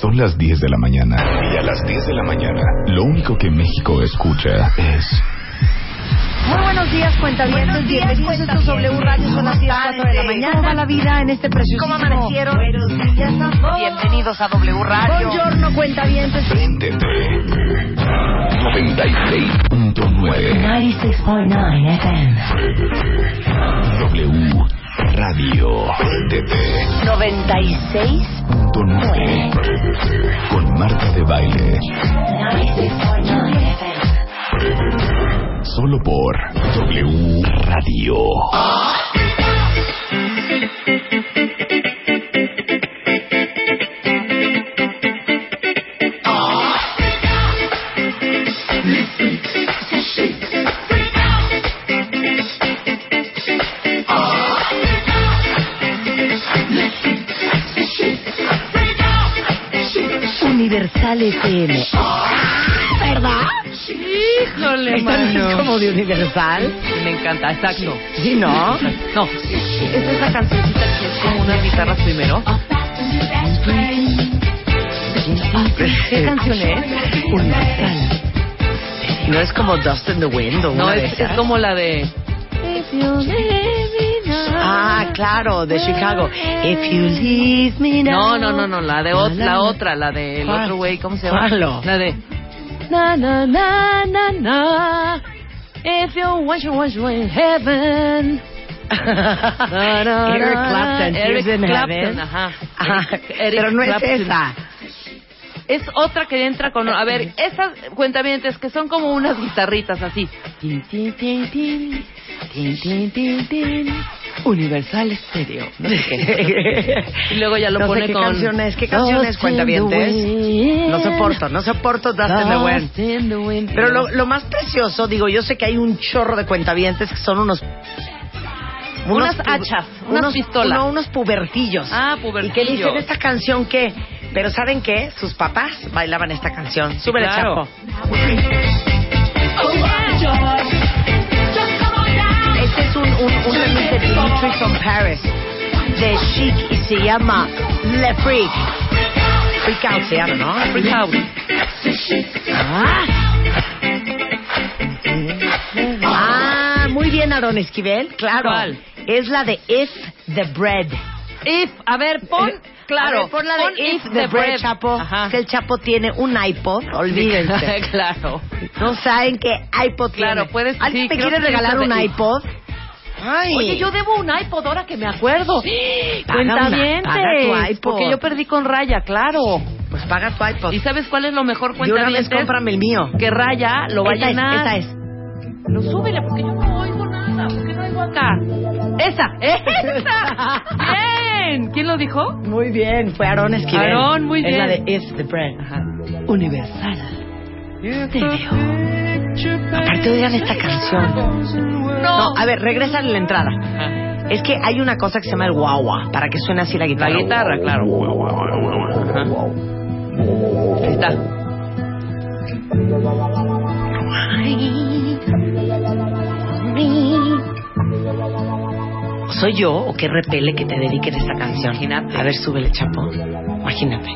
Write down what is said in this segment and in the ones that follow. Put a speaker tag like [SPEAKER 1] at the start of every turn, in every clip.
[SPEAKER 1] Son las 10 de la mañana. Y a las 10 de la mañana, lo único que México escucha es
[SPEAKER 2] Muy buenos días, cuentavientos.
[SPEAKER 3] Buenos días,
[SPEAKER 2] Bienvenidos a estos W Radio. Son las 10, cuatro de la mañana. ¿Cómo va la vida en este precioso
[SPEAKER 3] ¿Cómo amanecieron? Bienvenidos a W Radio.
[SPEAKER 2] Buongiorno, cuentavientos.
[SPEAKER 1] NTT 96.9
[SPEAKER 2] 96.9 FM.
[SPEAKER 1] W Radio NTT
[SPEAKER 3] 96.
[SPEAKER 1] 96.9 con Marta de Baile. Solo por W Radio.
[SPEAKER 2] Universal FM. ¿Verdad?
[SPEAKER 3] Híjole,
[SPEAKER 2] Esto no es
[SPEAKER 3] mano.
[SPEAKER 2] como de Universal.
[SPEAKER 3] Me encanta, exacto.
[SPEAKER 2] Sí, ¿no?
[SPEAKER 3] No, es esa cancioncita que es como unas guitarras primero.
[SPEAKER 2] ¿Qué canción es? Universal. No es como Dust in the Wind o
[SPEAKER 3] No,
[SPEAKER 2] una de
[SPEAKER 3] es, es
[SPEAKER 2] esas?
[SPEAKER 3] como la de.
[SPEAKER 2] Ah, claro, de Chicago. If you leave me now.
[SPEAKER 3] No, no, no, no, la de ot- la otra, la del
[SPEAKER 2] ¿Cuál?
[SPEAKER 3] otro güey, ¿cómo se llama?
[SPEAKER 2] ¿Cuál lo?
[SPEAKER 3] La de.
[SPEAKER 2] Na, na, na, na, na. If you want, you want, you in heaven. Na, na,
[SPEAKER 3] Ah, Eric
[SPEAKER 2] na,
[SPEAKER 3] Clapton,
[SPEAKER 2] na.
[SPEAKER 3] Eric
[SPEAKER 2] Tears in
[SPEAKER 3] Clapton,
[SPEAKER 2] Heaven.
[SPEAKER 3] ajá.
[SPEAKER 2] Ajá,
[SPEAKER 3] Eric
[SPEAKER 2] pero no es
[SPEAKER 3] Clapton.
[SPEAKER 2] esa.
[SPEAKER 3] Es otra que entra con. A ver, esas cuentavientes que son como unas guitarritas así.
[SPEAKER 2] Tin, tin, tin, tin. Tin, tin, tin, tin. Universal Stereo. No sé qué.
[SPEAKER 3] Y luego ya lo
[SPEAKER 4] no
[SPEAKER 3] pone
[SPEAKER 4] sé qué
[SPEAKER 3] con.
[SPEAKER 4] canción es, qué canción es, cuentavientes. No soporto, no soporto Dust in the Wind. Pero lo, lo más precioso, digo, yo sé que hay un chorro de cuentavientes que son unos...
[SPEAKER 3] Unas
[SPEAKER 4] pu-
[SPEAKER 3] hachas, unas pistolas.
[SPEAKER 4] No, unos pubertillos.
[SPEAKER 3] Ah,
[SPEAKER 4] Y que
[SPEAKER 3] pubertillos.
[SPEAKER 4] dicen, ¿esta canción qué? Pero ¿saben qué? Sus papás bailaban esta canción. Súbele,
[SPEAKER 3] claro.
[SPEAKER 4] Chapo.
[SPEAKER 3] Oh,
[SPEAKER 4] Este es un, un, un remix de Dimitri from Paris, de Chic, y se llama Le Freak. Freak Out se llama, ¿no?
[SPEAKER 3] Freak out.
[SPEAKER 4] Ah, muy bien, Aaron Esquivel, claro.
[SPEAKER 3] ¿Cuál?
[SPEAKER 4] Es la de If the Bread.
[SPEAKER 3] If, a ver, pon. Eh, Claro.
[SPEAKER 4] A ver, pon la de If, the, Bread, Chapo.
[SPEAKER 3] Ajá.
[SPEAKER 4] Es que el Chapo tiene un iPod, olvídense.
[SPEAKER 3] claro.
[SPEAKER 4] no saben qué iPod
[SPEAKER 3] Claro,
[SPEAKER 4] tiene.
[SPEAKER 3] puedes-
[SPEAKER 4] ¿Alguien
[SPEAKER 3] sí,
[SPEAKER 4] me
[SPEAKER 3] creo
[SPEAKER 4] quiere
[SPEAKER 3] que
[SPEAKER 4] regalar
[SPEAKER 3] es la
[SPEAKER 4] un
[SPEAKER 3] de If.
[SPEAKER 4] iPod? Ay.
[SPEAKER 3] Oye, yo debo un iPod ahora que me acuerdo.
[SPEAKER 4] Paga una-
[SPEAKER 3] Cuenta bien.
[SPEAKER 4] paga tu iPod.
[SPEAKER 3] Porque yo perdí con Raya, claro.
[SPEAKER 4] Pues paga tu iPod.
[SPEAKER 3] ¿Y sabes cuál es lo mejor
[SPEAKER 4] Y
[SPEAKER 3] cuenta ¿eh?
[SPEAKER 4] una vez cómprame el mío.
[SPEAKER 3] Que Raya lo va
[SPEAKER 4] esa
[SPEAKER 3] a
[SPEAKER 4] es,
[SPEAKER 3] llenar.
[SPEAKER 4] esa es.
[SPEAKER 3] Lo súbele, porque yo no oigo nada. porque no oigo acá? Esa, esa. Bien. ¿Quién lo dijo?
[SPEAKER 4] Muy bien, fue Aaron Esquivel.
[SPEAKER 3] Aarón, muy
[SPEAKER 4] Es la de
[SPEAKER 3] bien.
[SPEAKER 4] If the Bread.
[SPEAKER 2] Universal. Te veo.
[SPEAKER 4] Aparte, oigan esta canción.
[SPEAKER 3] No. Ah,
[SPEAKER 4] a ver, regresa a la entrada.
[SPEAKER 3] Ajá.
[SPEAKER 4] Es que hay una cosa que se llama el guagua, para que suene así la
[SPEAKER 3] La
[SPEAKER 4] guitarra.
[SPEAKER 3] guitarra, claro. Ajá. Ahí está.
[SPEAKER 4] ¿Soy yo o qué repele que te dediquen esta canción? A ver, súbele, chapo. Imagínate.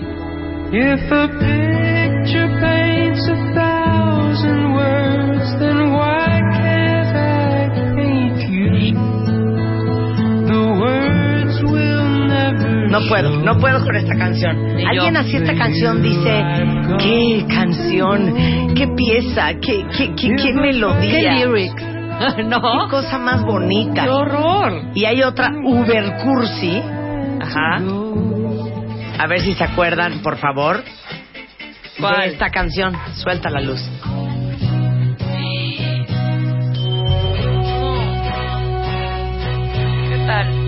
[SPEAKER 5] If a picture paints a thousand words, then why can't I paint you? The words will never
[SPEAKER 4] No puedo, no puedo con esta canción.
[SPEAKER 3] Ni yo.
[SPEAKER 4] Alguien así esta canción dice, qué canción, qué pieza, qué, qué, qué, qué melodía.
[SPEAKER 3] ¿Qué lyrics?
[SPEAKER 4] Qué
[SPEAKER 3] no.
[SPEAKER 4] cosa más bonita.
[SPEAKER 3] ¡Qué horror!
[SPEAKER 4] Y hay otra, Uber Cursi.
[SPEAKER 3] Ajá.
[SPEAKER 4] A ver si se acuerdan, por favor, de
[SPEAKER 3] ¿Cuál?
[SPEAKER 4] esta canción. Suelta la luz.
[SPEAKER 3] ¿Qué tal?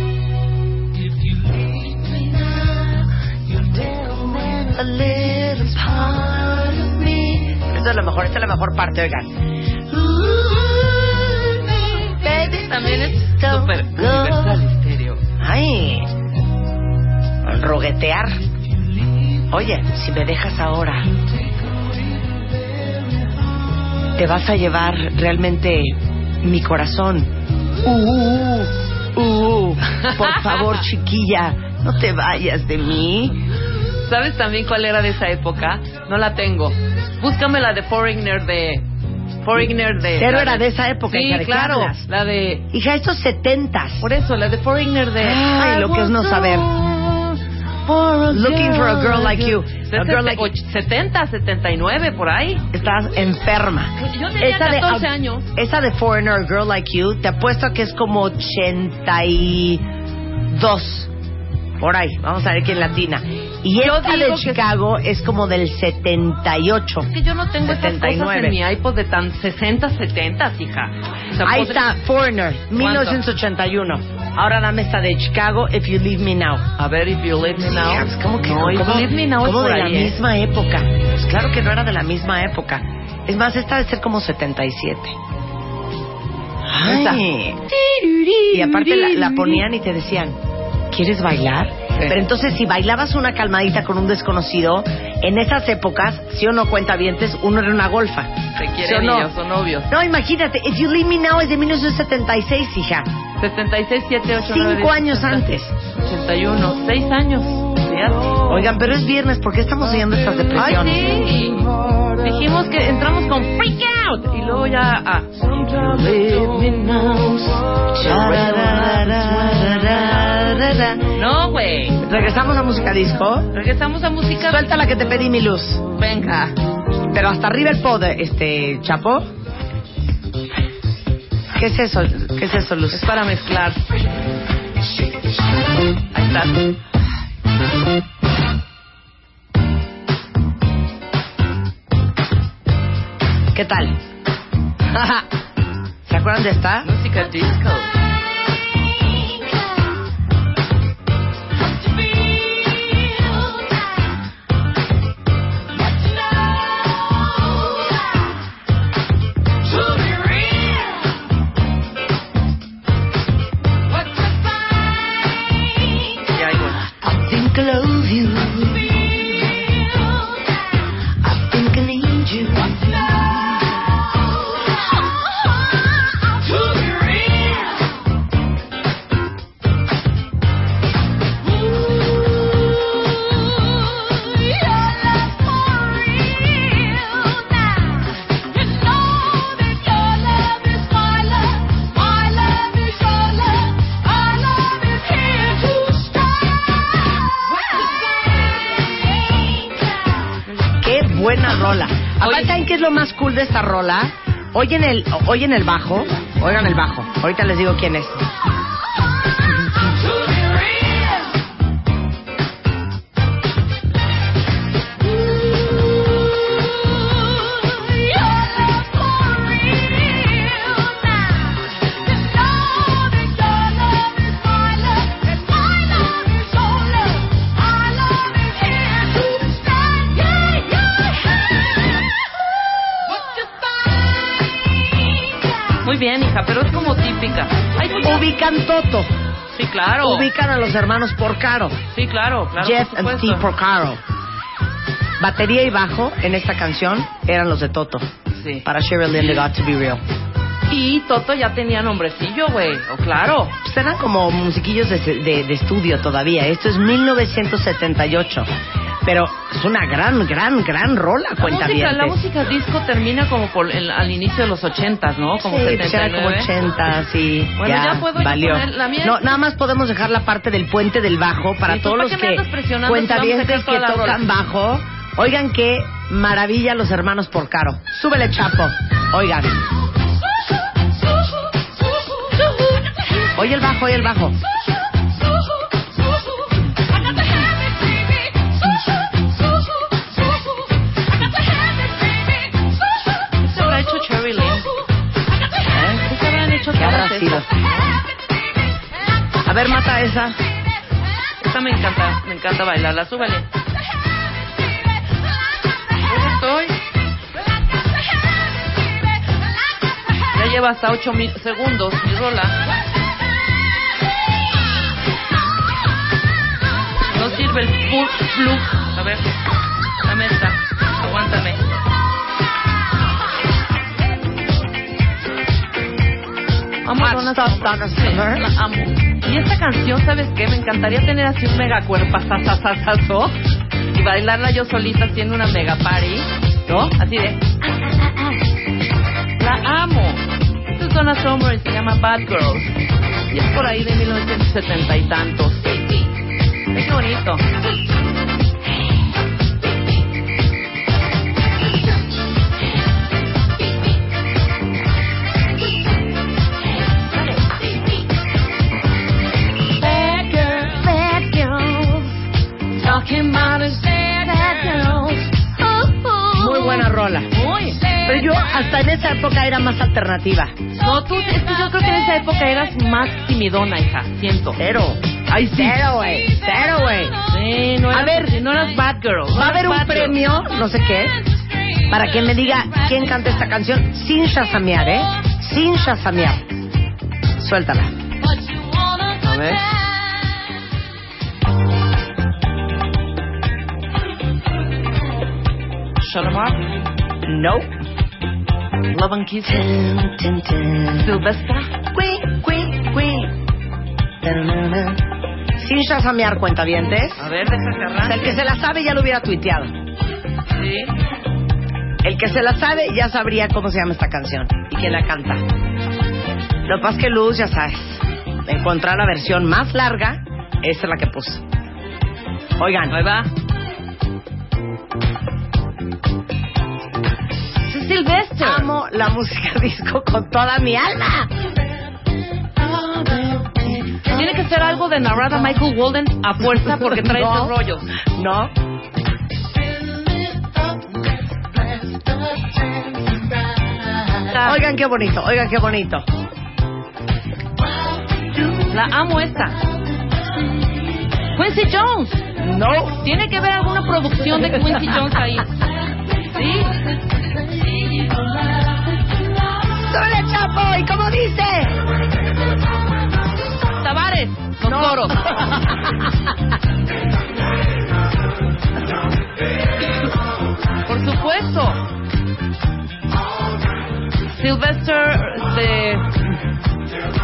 [SPEAKER 4] lo mejor, esta es la mejor parte, oigan.
[SPEAKER 3] Baby, también es súper universal estéreo.
[SPEAKER 4] Ay, roguetear. Oye, si me dejas ahora, te vas a llevar realmente mi corazón. Uh, uh, uh, uh, uh. Por favor, chiquilla, no te vayas de mí.
[SPEAKER 3] ¿Sabes también cuál era de esa época? No la tengo. Búscame la de Foreigner de... Foreigner de...
[SPEAKER 4] Pero
[SPEAKER 3] la
[SPEAKER 4] era de esa época,
[SPEAKER 3] Sí,
[SPEAKER 4] hija, ¿de qué
[SPEAKER 3] claro.
[SPEAKER 4] hablas?
[SPEAKER 3] La de...
[SPEAKER 4] Hija, estos setentas.
[SPEAKER 3] Por eso, la de Foreigner de...
[SPEAKER 4] Ay, lo que es no saber. Looking for a girl like you. A girl like you.
[SPEAKER 3] 70, 79, por ahí.
[SPEAKER 4] Estás enferma.
[SPEAKER 3] Pues Yo tenía 14
[SPEAKER 4] de,
[SPEAKER 3] años.
[SPEAKER 4] Esa de Foreigner, a Girl Like You, te apuesto a que es como 82. Por ahí, vamos a ver quién latina. Y
[SPEAKER 3] Yo
[SPEAKER 4] esta de
[SPEAKER 3] digo que-
[SPEAKER 4] Chicago es como del 78.
[SPEAKER 3] Es que yo no tengo esas
[SPEAKER 4] 79.
[SPEAKER 3] cosas en mi iPod de tan 60, 70, hija. O sea,
[SPEAKER 4] Ahí
[SPEAKER 3] podré-
[SPEAKER 4] está, Foreigner, 1981. Ahora dame esta de Chicago, If You Leave Me Now.
[SPEAKER 3] A ver, if you leave me now.
[SPEAKER 4] Yes, pues, ¿Cómo que
[SPEAKER 3] no?
[SPEAKER 4] no?
[SPEAKER 3] If you
[SPEAKER 4] ¿Cómo-
[SPEAKER 3] leave me now es
[SPEAKER 4] cómo
[SPEAKER 3] por
[SPEAKER 4] de la
[SPEAKER 3] ahí, ¿eh?
[SPEAKER 4] misma época? Pues claro que no era de la misma época. Es más, esta de ser como 77. Ay. Y aparte la, la ponían y te decían, ¿quieres bailar? Pero entonces si bailabas una calmadita con un desconocido, en esas épocas, si o no cuenta vientes, uno era una golfa.
[SPEAKER 3] Se
[SPEAKER 4] ¿Sí o
[SPEAKER 3] quieren
[SPEAKER 4] no?
[SPEAKER 3] ellos, son novios.
[SPEAKER 4] No, imagínate, If You Leave Me Now es de 1976, hija.
[SPEAKER 3] 76, 7, 8, 9,
[SPEAKER 4] Cinco años antes.
[SPEAKER 3] 81, 6 años. Fíjate.
[SPEAKER 4] Oigan, pero es viernes, ¿por qué estamos oyendo estas
[SPEAKER 3] Oh. Ay,
[SPEAKER 4] depresiones?
[SPEAKER 3] sí. Dijimos que entramos con Freak Out. Y luego ya ah. a. No, güey.
[SPEAKER 4] Regresamos a música disco.
[SPEAKER 3] Regresamos a música.
[SPEAKER 4] Suelta la que te pedí, mi luz.
[SPEAKER 3] Venga.
[SPEAKER 4] Ah, Pero hasta arriba el poder, este, Chapo. ¿Qué es eso? ¿Qué es eso, Luz?
[SPEAKER 3] Es para mezclar. Ahí está.
[SPEAKER 4] ¿Qué tal? ¿Se acuerdan de esta?
[SPEAKER 3] Música disco. Ya, ahí voy.
[SPEAKER 4] I think I love you. I think I need you. Qué buena rola. Aparte, ¿saben qué es lo más cool de esta rola? Oyen el, oyen el bajo. Oigan el bajo. Ahorita les digo quién es.
[SPEAKER 3] Muy bien, hija, pero es como típica. Ay, sí,
[SPEAKER 4] Ubican Toto.
[SPEAKER 3] sí, claro.
[SPEAKER 4] Ubican a los hermanos Porcaro.
[SPEAKER 3] Sí, claro, claro.
[SPEAKER 4] Jeff and
[SPEAKER 3] por supuesto.
[SPEAKER 4] Steve Porcaro. Batería y bajo en esta canción eran los de Toto.
[SPEAKER 3] Sí.
[SPEAKER 4] Para Sheryl Lynn de Got to Be Real.
[SPEAKER 3] Y Toto ya tenía nombrecillo, güey. O claro.
[SPEAKER 4] Pues eran como musiquillos de, de- de estudio todavía. Esto es 1978. Pero es una gran, gran, gran rola,
[SPEAKER 3] La
[SPEAKER 4] cuenta bien.
[SPEAKER 3] música, la música disco termina como por el- al inicio de los ochentas, ¿no? Como
[SPEAKER 4] Sí, pues era
[SPEAKER 3] 79.
[SPEAKER 4] como 80, sí.
[SPEAKER 3] Bueno, ya puedo yo
[SPEAKER 4] valió.
[SPEAKER 3] poner la mía.
[SPEAKER 4] No, nada más podemos dejar la parte del puente del bajo para
[SPEAKER 3] Sí, ¿tú
[SPEAKER 4] todos
[SPEAKER 3] para
[SPEAKER 4] los
[SPEAKER 3] qué me
[SPEAKER 4] que
[SPEAKER 3] andas presionando si vamos a
[SPEAKER 4] cuentavientes
[SPEAKER 3] dejar
[SPEAKER 4] que
[SPEAKER 3] toda la
[SPEAKER 4] tocan
[SPEAKER 3] rola?
[SPEAKER 4] bajo. Oigan qué maravilla los hermanos por caro. Súbele, Chapo. Oigan. Oye el bajo, oye el bajo.
[SPEAKER 3] ¿Qué habrá hecho Cherry Lynn? ¿Eh? ¿Qué se habrán hecho
[SPEAKER 4] ¿Qué habrá
[SPEAKER 3] todas
[SPEAKER 4] sido?
[SPEAKER 3] esas?
[SPEAKER 4] A ver, mata esa.
[SPEAKER 3] Esta me encanta, me encanta bailarla. Súbale. ¿Dónde estoy? lleva hasta 8 mil segundos mi rola. No sirve el full flu. A ver, dame esta. Aguántame. Amo a Donna Summer. Sí, la amo. Y esta canción, ¿sabes qué? Me encantaría tener así un mega cuerpazazazazazo y bailarla yo solita haciendo una mega party, ¿no? Así de... ah, ah, ah, ah. La amo. Esto es Donna Summer y se llama Bad Girls. Y es por ahí de 1970 y tantos. Es bonito.
[SPEAKER 4] Muy buena rola.
[SPEAKER 3] Muy.
[SPEAKER 4] Pero yo hasta en esa época era más alternativa.
[SPEAKER 3] No, tú, es que yo creo que en esa época eras más timidona, hija. Siento.
[SPEAKER 4] Cero.
[SPEAKER 3] Ay, sí.
[SPEAKER 4] Cero, güey. Cero, güey.
[SPEAKER 3] Sí, no
[SPEAKER 4] A
[SPEAKER 3] eras,
[SPEAKER 4] ver,
[SPEAKER 3] no eras bad girl. no
[SPEAKER 4] Va a haber
[SPEAKER 3] eras
[SPEAKER 4] un
[SPEAKER 3] bad girl.
[SPEAKER 4] premio, no sé qué, ¿eh? para que me diga quién canta esta canción sin shazamear, ¿eh? Sin shazamear. Suéltala.
[SPEAKER 3] A ver. Shut 'em up.
[SPEAKER 4] No.
[SPEAKER 3] Love and Kiss. Silvestre.
[SPEAKER 4] Cui, cui, cui. Tararara. Sin shazamear, cuentavientes.
[SPEAKER 3] A ver, deja
[SPEAKER 4] O sea,
[SPEAKER 3] cerrar.
[SPEAKER 4] el que se la sabe ya lo hubiera tuiteado.
[SPEAKER 3] Sí.
[SPEAKER 4] El que se la sabe ya sabría cómo se llama esta canción y quién la canta. Lo que pasa es que Luz, ya sabes, encontrar la versión más larga, esta es la que puse. Oigan,
[SPEAKER 3] Ahí va. Es Silvestre.
[SPEAKER 4] amo la música disco con toda mi alma.
[SPEAKER 3] Tiene que ser algo de narrada Michael Walden a fuerza porque trae
[SPEAKER 4] No.
[SPEAKER 3] esos rollos.
[SPEAKER 4] ¿No?
[SPEAKER 3] Está-
[SPEAKER 4] Oigan qué bonito, oigan qué bonito.
[SPEAKER 3] La amo esta. Quincy Jones.
[SPEAKER 4] No,
[SPEAKER 3] Tiene que haber alguna producción de Quincy Jones ahí. ¿Sí?
[SPEAKER 4] ¡Súbele, chapo! ¿Y cómo dice?
[SPEAKER 3] Tavares. Los toros. Por supuesto. Sylvester, este.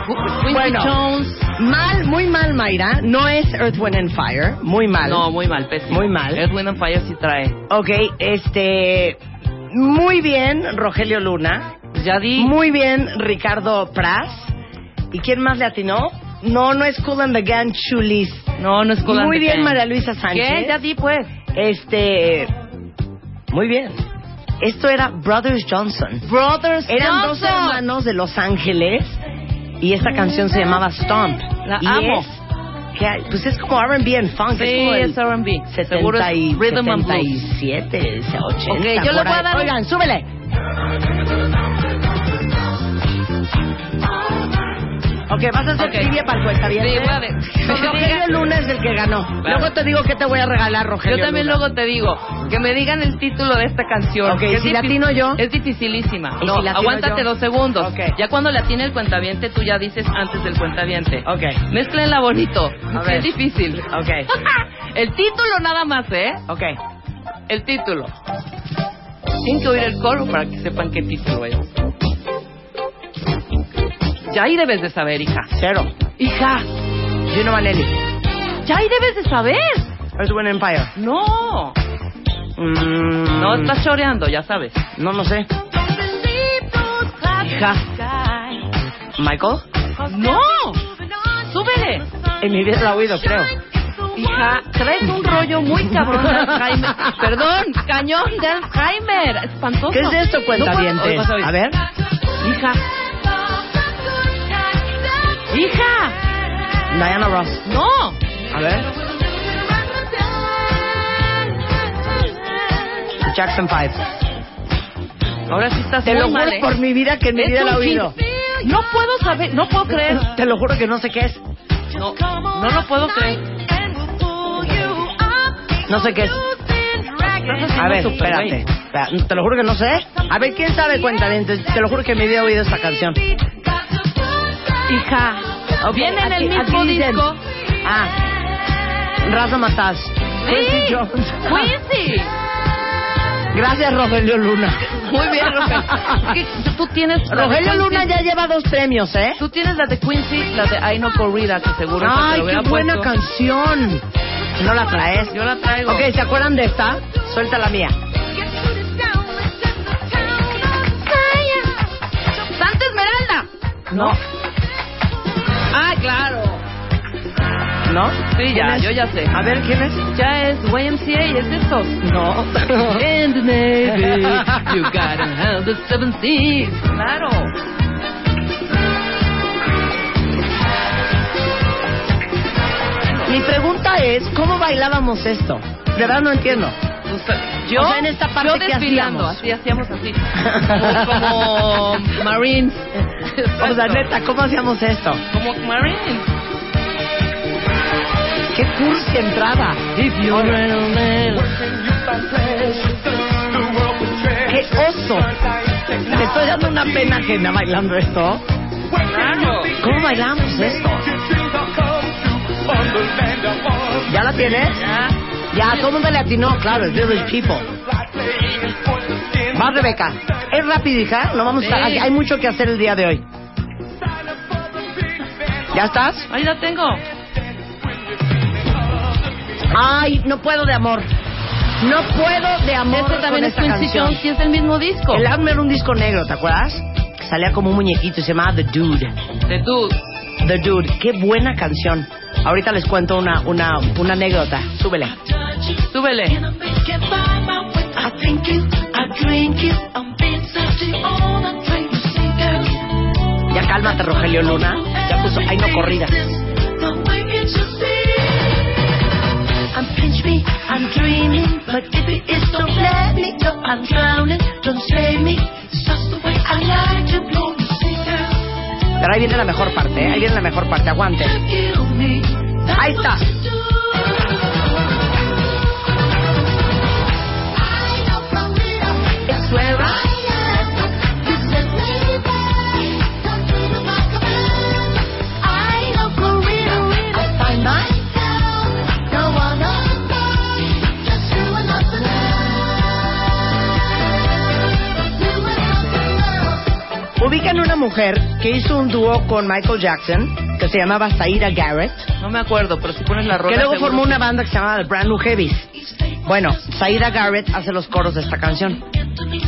[SPEAKER 3] Quincy
[SPEAKER 4] Bueno.
[SPEAKER 3] Jones.
[SPEAKER 4] Mal, muy mal, Mayra. No es Earth, Wind and Fire. Muy mal.
[SPEAKER 3] No, muy mal, pésimo.
[SPEAKER 4] Muy mal.
[SPEAKER 3] Edwin and Fire sí trae.
[SPEAKER 4] Ok, este. Muy bien, Rogelio Luna.
[SPEAKER 3] Pues Ya di.
[SPEAKER 4] Muy bien, Ricardo Pras. ¿Y quién más le atinó? No, no es Cool and the Gang Chulis.
[SPEAKER 3] No, no es Cool and
[SPEAKER 4] Muy
[SPEAKER 3] the
[SPEAKER 4] bien,
[SPEAKER 3] Gang.
[SPEAKER 4] María Luisa Sánchez.
[SPEAKER 3] ¿Qué? Ya di, pues.
[SPEAKER 4] Este. Muy bien. Esto era Brothers Johnson.
[SPEAKER 3] Brothers
[SPEAKER 4] Eran dos
[SPEAKER 3] Johnson.
[SPEAKER 4] hermanos de Los Ángeles. Y esta canción se llamaba Stomp.
[SPEAKER 3] La
[SPEAKER 4] y
[SPEAKER 3] amo.
[SPEAKER 4] es- que- pues es como RB en funk.
[SPEAKER 3] Sí,
[SPEAKER 4] es como el
[SPEAKER 3] es R&B. Seguro
[SPEAKER 4] 70 y,
[SPEAKER 3] es Rhythm and Blues.
[SPEAKER 4] 77, 80.
[SPEAKER 3] Ok, yo le
[SPEAKER 4] por
[SPEAKER 3] voy a
[SPEAKER 4] ahí.
[SPEAKER 3] dar un-
[SPEAKER 4] Oigan, súbele. Ok, vas a hacer
[SPEAKER 3] Ok.
[SPEAKER 4] trivia para el cuenta bien.
[SPEAKER 3] Sí, voy a ver.
[SPEAKER 4] Rogelio Luna es el que ganó. Luego te digo que te voy a regalar, Rogelio.
[SPEAKER 3] Yo también
[SPEAKER 4] Luna.
[SPEAKER 3] luego te digo que me digan el título de esta canción.
[SPEAKER 4] Ok,
[SPEAKER 3] que
[SPEAKER 4] ¿y
[SPEAKER 3] es
[SPEAKER 4] si
[SPEAKER 3] difí-
[SPEAKER 4] latino yo?
[SPEAKER 3] Es dificilísima.
[SPEAKER 4] ¿Y
[SPEAKER 3] No,
[SPEAKER 4] si latino
[SPEAKER 3] aguántate
[SPEAKER 4] yo?
[SPEAKER 3] dos segundos.
[SPEAKER 4] Ok.
[SPEAKER 3] Ya cuando le atine el cuentaviente, tú ya dices antes del cuentaviente.
[SPEAKER 4] Ok.
[SPEAKER 3] Mézclenla bonito.
[SPEAKER 4] A
[SPEAKER 3] que
[SPEAKER 4] ver.
[SPEAKER 3] Es difícil.
[SPEAKER 4] Ok,
[SPEAKER 3] El título nada más, ¿eh?
[SPEAKER 4] ok.
[SPEAKER 3] El título. Tienen que oír el coro para que sepan qué título es. Ya ahí debes de saber, hija.
[SPEAKER 4] Cero.
[SPEAKER 3] Hija,
[SPEAKER 4] Gino Vanelli.
[SPEAKER 3] ya ahí debes de saber.
[SPEAKER 4] Earth, Wind Empire.
[SPEAKER 3] No.
[SPEAKER 4] Mm,
[SPEAKER 3] No, estás choreando, ya sabes.
[SPEAKER 4] No, no sé.
[SPEAKER 3] Hija.
[SPEAKER 4] ¿Michael?
[SPEAKER 3] ¡No! ¡Súbele!
[SPEAKER 4] En mi vida la he oído, creo.
[SPEAKER 3] Hija, traes un rollo muy cabrón de Alzheimer. Perdón, cañón de Alzheimer. Espantoso.
[SPEAKER 4] ¿Qué es esto, cuenta bien?
[SPEAKER 3] No puedo- Oye, vas a ver.
[SPEAKER 4] A ver.
[SPEAKER 3] Hija. Hija.
[SPEAKER 4] Diana Ross.
[SPEAKER 3] No.
[SPEAKER 4] A ver. Jackson 5.
[SPEAKER 3] Ahora sí estás
[SPEAKER 4] Te
[SPEAKER 3] muy
[SPEAKER 4] lo
[SPEAKER 3] mal,
[SPEAKER 4] juro
[SPEAKER 3] ¿eh?
[SPEAKER 4] por mi vida que en mi
[SPEAKER 3] Es
[SPEAKER 4] vida
[SPEAKER 3] un
[SPEAKER 4] la he oído.
[SPEAKER 3] chin- No puedo saber, no puedo creer.
[SPEAKER 4] Te lo juro que no sé qué es.
[SPEAKER 3] No, no lo puedo creer.
[SPEAKER 4] No sé qué es.
[SPEAKER 3] estás haciendo
[SPEAKER 4] A ver,
[SPEAKER 3] súper
[SPEAKER 4] espérate.
[SPEAKER 3] bien.
[SPEAKER 4] Espera, Te lo juro que no sé. A ver, ¿quién sabe? Cuéntame. Te lo juro que me había oído esa canción.
[SPEAKER 3] Hija, viene en el
[SPEAKER 4] aquí-
[SPEAKER 3] mismo
[SPEAKER 4] aquí dicen.
[SPEAKER 3] disco.
[SPEAKER 4] Oh. Ah, Raza Matas. Quincy Jones.
[SPEAKER 3] Quincy.
[SPEAKER 4] Gracias, Rogelio Luna.
[SPEAKER 3] Muy bien, Rogelio. Es que Tú tienes. la de
[SPEAKER 4] Rogelio
[SPEAKER 3] Quincy-
[SPEAKER 4] Luna ya lleva dos premios, ¿eh?
[SPEAKER 3] Tú tienes la de Quincy, la de Ay No Corrida, que seguro esa te
[SPEAKER 4] Ay,
[SPEAKER 3] lo hubiera
[SPEAKER 4] qué buena
[SPEAKER 3] puesto.
[SPEAKER 4] canción. No la traes.
[SPEAKER 3] Yo la traigo.
[SPEAKER 4] Ok, ¿se acuerdan de esta? Suelta la mía.
[SPEAKER 3] ¡Santa Esmeralda!
[SPEAKER 4] No,
[SPEAKER 3] Ah, claro.
[SPEAKER 4] no.
[SPEAKER 3] Sí, ya, yo ya sé.
[SPEAKER 4] A ver, ¿quién es?
[SPEAKER 3] Ya es YMCA, es estos.
[SPEAKER 4] No.
[SPEAKER 3] And the Navy, you gotta have the seven seas. Claro.
[SPEAKER 4] Mi pregunta es, ¿cómo bailábamos esto? De verdad no entiendo.
[SPEAKER 3] O sea, Yo,
[SPEAKER 4] O sea, en esta parte,
[SPEAKER 3] yo
[SPEAKER 4] ¿qué
[SPEAKER 3] desfilando,
[SPEAKER 4] hacíamos?
[SPEAKER 3] así hacíamos así. Como, como Marines.
[SPEAKER 4] O sea, neta, ¿cómo hacíamos esto?
[SPEAKER 3] Como Marines.
[SPEAKER 4] ¡Qué cursi entrada! ¡Qué oso! Me estoy dando una pena ajena bailando esto.
[SPEAKER 3] Claro.
[SPEAKER 4] ¿Cómo bailamos esto? ¿Ya la tienes?
[SPEAKER 3] Ya.
[SPEAKER 4] Ya, todo el mundo le atinó, claro, es Village People. Va, Rebeca. Es rápido, hija. No vamos a estar-
[SPEAKER 3] Sí.
[SPEAKER 4] hay, hay mucho que hacer el día de hoy. ¿Ya estás?
[SPEAKER 3] Ahí la tengo.
[SPEAKER 4] Ay, no puedo de amor. No puedo de amor
[SPEAKER 3] Este
[SPEAKER 4] con
[SPEAKER 3] también es
[SPEAKER 4] esta
[SPEAKER 3] Quincy
[SPEAKER 4] canción.
[SPEAKER 3] Jones y es el mismo disco.
[SPEAKER 4] El álbum era un disco negro, ¿te acuerdas? Que salía como un muñequito y se llamaba The Dude.
[SPEAKER 3] De Dude.
[SPEAKER 4] The Dude. Qué buena canción. Ahorita les cuento una, una, una anécdota. Súbele.
[SPEAKER 3] Súbele.
[SPEAKER 4] Ya cálmate, Rogelio Luna. Ya puso, ay, no corrida. Pero ahí viene la mejor parte, ¿eh? ahí viene la mejor parte. Aguante. Ahí está. Es nueva. Ubican una mujer que hizo un dúo con Michael Jackson que se llamaba Zaira Garrett.
[SPEAKER 3] No me acuerdo, pero si pones la rola.
[SPEAKER 4] Que luego
[SPEAKER 3] seguro-
[SPEAKER 4] formó una banda que se llamaba The Brand New Heavies. Bueno, Saida Garrett hace los coros de esta canción.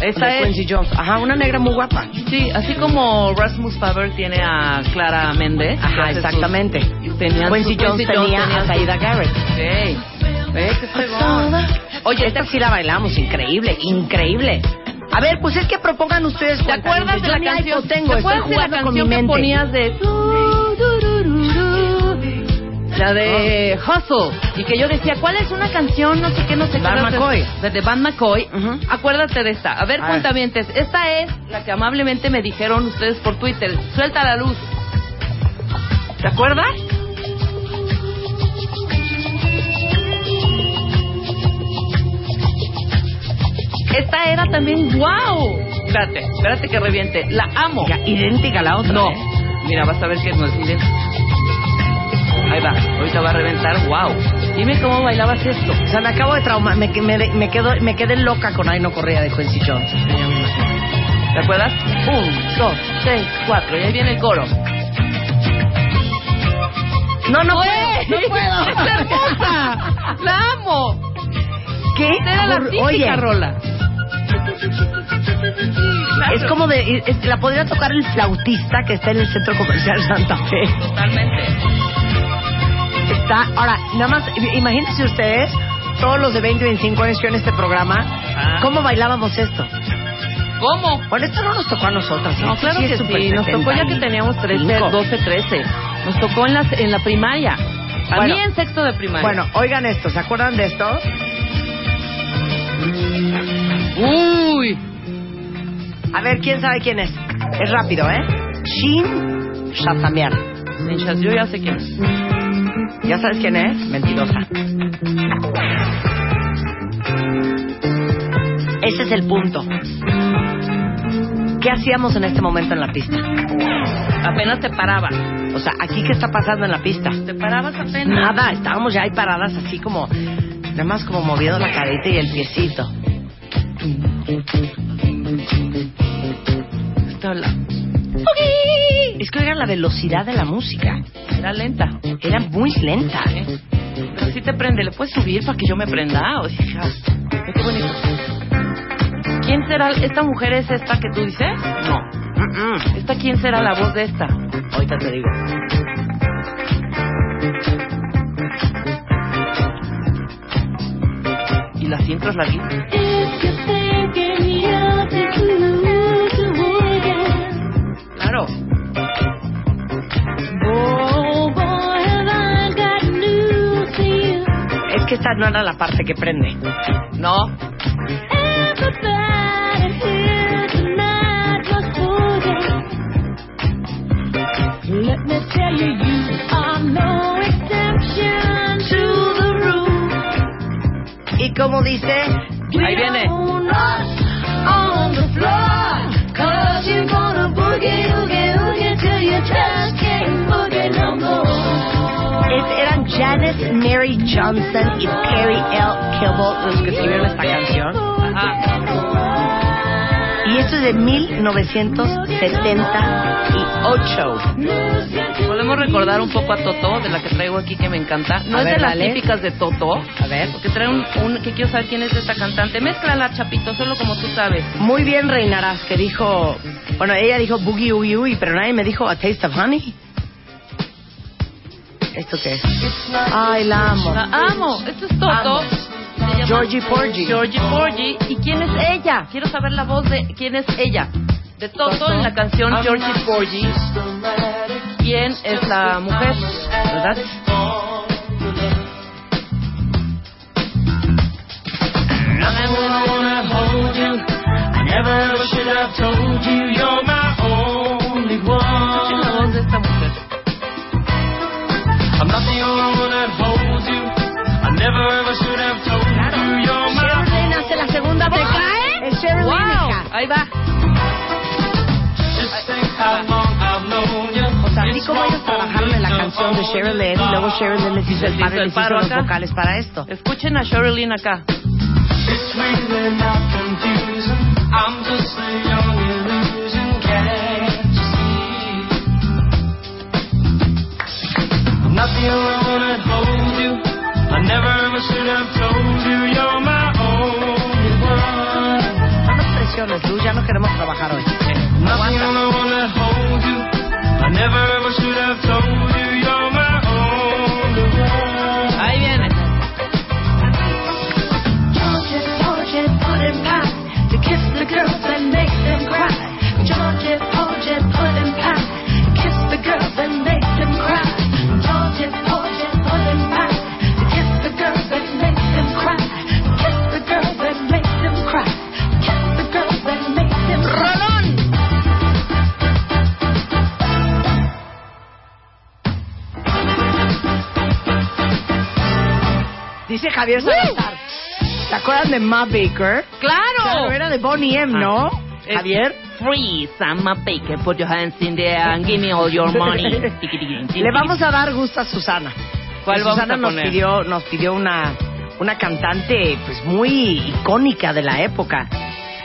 [SPEAKER 3] Esa
[SPEAKER 4] de
[SPEAKER 3] es.
[SPEAKER 4] Quincy Jones. Ajá, una negra muy guapa.
[SPEAKER 3] Sí, así como Rasmus Faber tiene a Clara Méndez. que
[SPEAKER 4] Ajá,
[SPEAKER 3] hace sus-
[SPEAKER 4] exactamente.
[SPEAKER 3] y tenían
[SPEAKER 4] Quincy
[SPEAKER 3] su-
[SPEAKER 4] Jones tenía a
[SPEAKER 3] su-
[SPEAKER 4] Saida Garrett.
[SPEAKER 3] Ey, ve qué fregón.
[SPEAKER 4] Oye, esta sí la bailamos, increíble, increíble. A ver, pues es que propongan ustedes.
[SPEAKER 3] ¿Te acuerdas de la canción?
[SPEAKER 4] pues Tengo,
[SPEAKER 3] ¿Te acuerdas de la canción que ponías de du, du, du, du, du? La de Hustle. Y que yo decía, ¿cuál es una canción? No sé qué, no sé qué.
[SPEAKER 4] Van
[SPEAKER 3] no sé-
[SPEAKER 4] McCoy.
[SPEAKER 3] De, de Van McCoy.
[SPEAKER 4] Ujú.
[SPEAKER 3] Acuérdate de esta. A ver,
[SPEAKER 4] A ver.
[SPEAKER 3] cuentamientes. Esta es la que amablemente me dijeron ustedes por Twitter. Suelta la luz. ¿Te acuerdas? Esta era también wow. Espérate, espérate que reviente. La amo.
[SPEAKER 4] Idéntica a la otra.
[SPEAKER 3] No.
[SPEAKER 4] ¿eh?
[SPEAKER 3] Mira, vas a ver que nos miren. Ahí va. Ahorita va a reventar. Wow. Dime cómo bailabas esto.
[SPEAKER 4] O sea, me acabo de traumar. Me, me, me, quedo, me quedé loca con Ay no corría de Quincy Jones.
[SPEAKER 3] ¿Te acuerdas? Un, dos, tres, cuatro. Y ahí viene el coro.
[SPEAKER 4] No, no
[SPEAKER 3] ¡Güey!
[SPEAKER 4] puedo. No puedo.
[SPEAKER 3] ¡Es hermosa! ¡La amo!
[SPEAKER 4] ¿Qué?
[SPEAKER 3] Esta era la
[SPEAKER 4] Abur-
[SPEAKER 3] típica
[SPEAKER 4] Oye,
[SPEAKER 3] rola.
[SPEAKER 4] es como de... es- la podría tocar el flautista que está en el centro comercial Santa Fe.
[SPEAKER 3] Totalmente.
[SPEAKER 4] Está... Ahora, nada más, i- imagínense ustedes, todos los de 20 y 25 años que en este programa, ¿cómo bailábamos esto?
[SPEAKER 3] ¿Cómo?
[SPEAKER 4] Bueno, esto no nos tocó a nosotras. ¿eh?
[SPEAKER 3] No, claro
[SPEAKER 4] Sí, es
[SPEAKER 3] que
[SPEAKER 4] súper
[SPEAKER 3] sí. Nos tocó ya que
[SPEAKER 4] 75.
[SPEAKER 3] teníamos 13, 12, 13. Nos tocó en la, en la primaria. A
[SPEAKER 4] Bueno.
[SPEAKER 3] mí en sexto de primaria.
[SPEAKER 4] Bueno, oigan esto, ¿se acuerdan de esto?
[SPEAKER 3] Uy.
[SPEAKER 4] A ver, ¿quién sabe quién es? Es rápido, ¿eh? Shin Shazamian.
[SPEAKER 3] Ninjas, yo ya sé quién es.
[SPEAKER 4] ¿Ya sabes quién es? Mentirosa. Ese es el punto. ¿Qué hacíamos en este momento en la pista?
[SPEAKER 3] Apenas te parabas.
[SPEAKER 4] O sea, aquí qué está pasando en la pista?
[SPEAKER 3] Te parabas apenas.
[SPEAKER 4] Nada, estábamos ya ahí paradas así como, nada más como moviendo la carita y el piecito.
[SPEAKER 3] Está la-
[SPEAKER 4] Es que oigan la velocidad de la música.
[SPEAKER 3] Era lenta.
[SPEAKER 4] Era muy lenta.
[SPEAKER 3] Pero sí te prende. ¿Le puedes subir para que yo me prenda? O sea, qué bonito. ¿Quién será? ¿Esta mujer es esta que tú dices?
[SPEAKER 4] No. Mm-mm.
[SPEAKER 3] ¿Esta quién será la voz de esta?
[SPEAKER 4] Ahorita te digo.
[SPEAKER 3] Y las intros la vi. Claro.
[SPEAKER 4] Es que esta no era la parte que prende.
[SPEAKER 3] No.
[SPEAKER 4] Y como dice,
[SPEAKER 3] Ahí viene.
[SPEAKER 4] es- eran Janis, Mary Johnson y Terry L. Kimball los que escribieron esta canción.
[SPEAKER 3] Ajá.
[SPEAKER 4] Y esto es de 1978.
[SPEAKER 3] Podemos recordar un poco a Toto, de la que traigo aquí que me encanta. No
[SPEAKER 4] A
[SPEAKER 3] es
[SPEAKER 4] ver,
[SPEAKER 3] de las
[SPEAKER 4] dale.
[SPEAKER 3] típicas de Toto.
[SPEAKER 4] A ver.
[SPEAKER 3] Porque trae un, un- que quiero saber quién es esta cantante. Mézclala, Chapito, solo como tú sabes.
[SPEAKER 4] Muy bien, Reinarás, que dijo. Bueno, ella dijo Boogie Uy Uy, pero nadie me dijo A Taste of Honey. ¿Esto qué es? Ay, la amo.
[SPEAKER 3] La amo. Esto es Toto.
[SPEAKER 4] Amo.
[SPEAKER 3] Se llama
[SPEAKER 4] Georgie Porgy.
[SPEAKER 3] Georgie Porgy. ¿Y quién es ella? Quiero saber la voz de quién es ella. De Toto, en la canción
[SPEAKER 4] Ah,
[SPEAKER 3] Georgie Porgy. ¿Quién es la mujer? ¿Verdad? Escuchen la voz de esta mujer.
[SPEAKER 4] Sherilyn hace la segunda voz. El Sherilyn, hija.
[SPEAKER 3] Ahí va.
[SPEAKER 4] O sea, así como ellos trabajaron en la canción de Sherilyn, y luego Sherilyn les hizo el
[SPEAKER 3] Les
[SPEAKER 4] paro
[SPEAKER 3] hizo
[SPEAKER 4] y
[SPEAKER 3] el
[SPEAKER 4] les hizo
[SPEAKER 3] paro
[SPEAKER 4] los
[SPEAKER 3] acá.
[SPEAKER 4] vocales para esto.
[SPEAKER 3] Escuchen a Sherilyn acá.
[SPEAKER 4] No nos presiones, Lu, ya no queremos trabajar hoy.
[SPEAKER 3] Ahí viene.
[SPEAKER 4] Dice Javier Salazar. ¿Se acuerdan de Ma Baker? Claro, Eh,
[SPEAKER 3] ¡Claro!
[SPEAKER 4] era de Bonnie M, ¿no?
[SPEAKER 3] Es-
[SPEAKER 4] Javier.
[SPEAKER 3] Freeze, I'm a baker. Put your hands in the air and give me all your money. Tiki, tiki, tiki, tiki.
[SPEAKER 4] Le vamos a dar gusto a Susana.
[SPEAKER 3] ¿Cuál vamos
[SPEAKER 4] Susana
[SPEAKER 3] a
[SPEAKER 4] nos
[SPEAKER 3] poner?
[SPEAKER 4] pidió, nos pidió una, una cantante pues muy icónica de la época.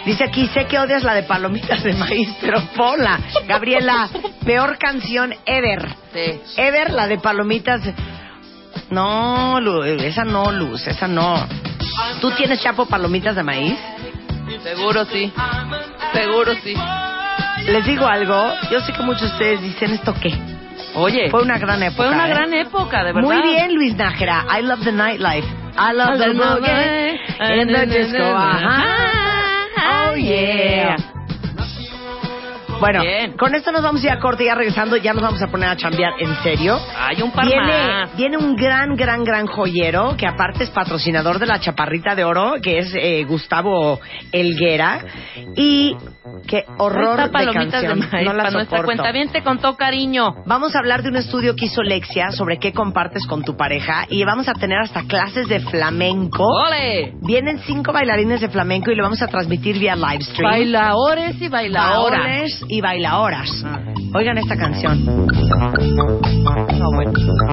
[SPEAKER 4] Dice aquí, sé que odias la de palomitas de maíz, pero ponla. Gabriela, peor canción ever.
[SPEAKER 3] Sí.
[SPEAKER 4] Ever, la de palomitas. No, Lu, esa no, Luz, esa no. ¿Tú tienes chapo palomitas de maíz?
[SPEAKER 3] Seguro sí. Seguro sí.
[SPEAKER 4] Les digo algo, yo sé que muchos de ustedes dicen esto qué.
[SPEAKER 3] Oye,
[SPEAKER 4] Fue una gran época.
[SPEAKER 3] fue una
[SPEAKER 4] ¿eh?
[SPEAKER 3] gran época, de verdad.
[SPEAKER 4] Muy bien, Luis Nájera. I love the nightlife. I love the boogie
[SPEAKER 3] Ah,
[SPEAKER 4] in the disco. Ajá. Oh, yeah. Bueno,
[SPEAKER 3] Bien.
[SPEAKER 4] con esto nos vamos a ir a corte, ya regresando, ya nos vamos a poner a chambear en serio.
[SPEAKER 3] Hay un par
[SPEAKER 4] Viene,
[SPEAKER 3] más.
[SPEAKER 4] viene un gran, gran, gran joyero que aparte es patrocinador de la Chaparrita de Oro, que es eh, Gustavo Elguera. Y qué horror
[SPEAKER 3] Esta
[SPEAKER 4] de
[SPEAKER 3] palomitas
[SPEAKER 4] canción,
[SPEAKER 3] de maíz
[SPEAKER 4] no la
[SPEAKER 3] para nuestra
[SPEAKER 4] soporto.
[SPEAKER 3] cuenta. Bien, te contó cariño.
[SPEAKER 4] Vamos a hablar de un estudio que hizo Lexia sobre qué compartes con tu pareja y vamos a tener hasta clases de flamenco.
[SPEAKER 3] ¡Ole!
[SPEAKER 4] Vienen cinco bailarines de flamenco y lo vamos a transmitir vía live stream.
[SPEAKER 3] Bailadores y bailadoras.
[SPEAKER 4] Bailaores y bailaoras. Oigan esta canción. No, bueno.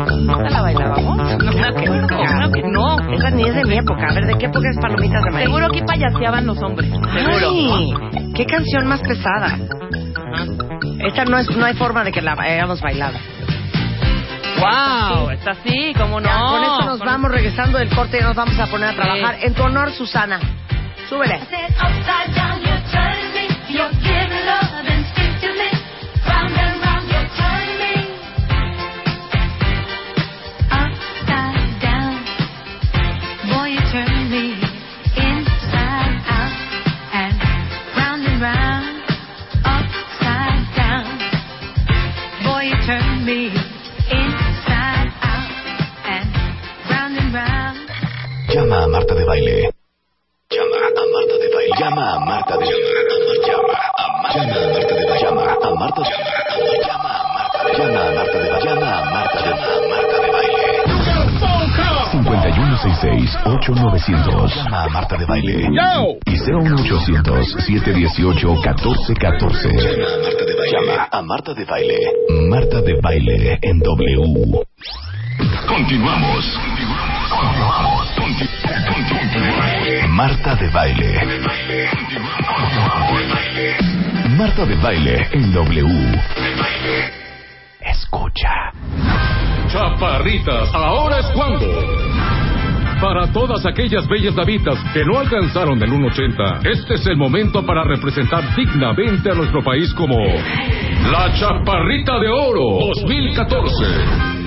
[SPEAKER 4] ¿Esta la bailábamos?
[SPEAKER 3] No me acuerdo, claro que no.
[SPEAKER 4] Esa ni es de mi época. A ver, ¿de qué época es Palomitas de Maíz?
[SPEAKER 3] Seguro que payaseaban los hombres. Seguro.
[SPEAKER 4] Ay, qué canción más pesada. Esta no es, no hay forma de que la hayamos bailado.
[SPEAKER 3] ¡Wow! Está así, ¿cómo no?
[SPEAKER 4] Ya, con esto nos vamos regresando del corte y nos vamos a poner a trabajar. En tu honor, Susana. Súbele.
[SPEAKER 6] Turn me inside out and round and round.
[SPEAKER 1] Llama a Marta de Baile. Llama a Marta de Baile. Llama a Marta de Baile. Llama a Marta de Baile. Llama a Marta de Baile. Llama a Marta de Baile. Llama a Marta de Baile. Llama a Marta de Baile. Llama a Marta de Baile. 5166-8900. Llama a Marta de Baile. Y 01800-718-1414. Llama a Marta de Baile. Llama a Marta de Baile. Marta de Baile en W. Continuamos. Continuamos. Marta de baile. Marta de baile en W. Escucha.
[SPEAKER 7] Chaparritas, ahora es cuando. Para todas aquellas bellas damitas que no alcanzaron el 1.80, este es el momento para representar dignamente a nuestro país como la Chaparrita de Oro 2014.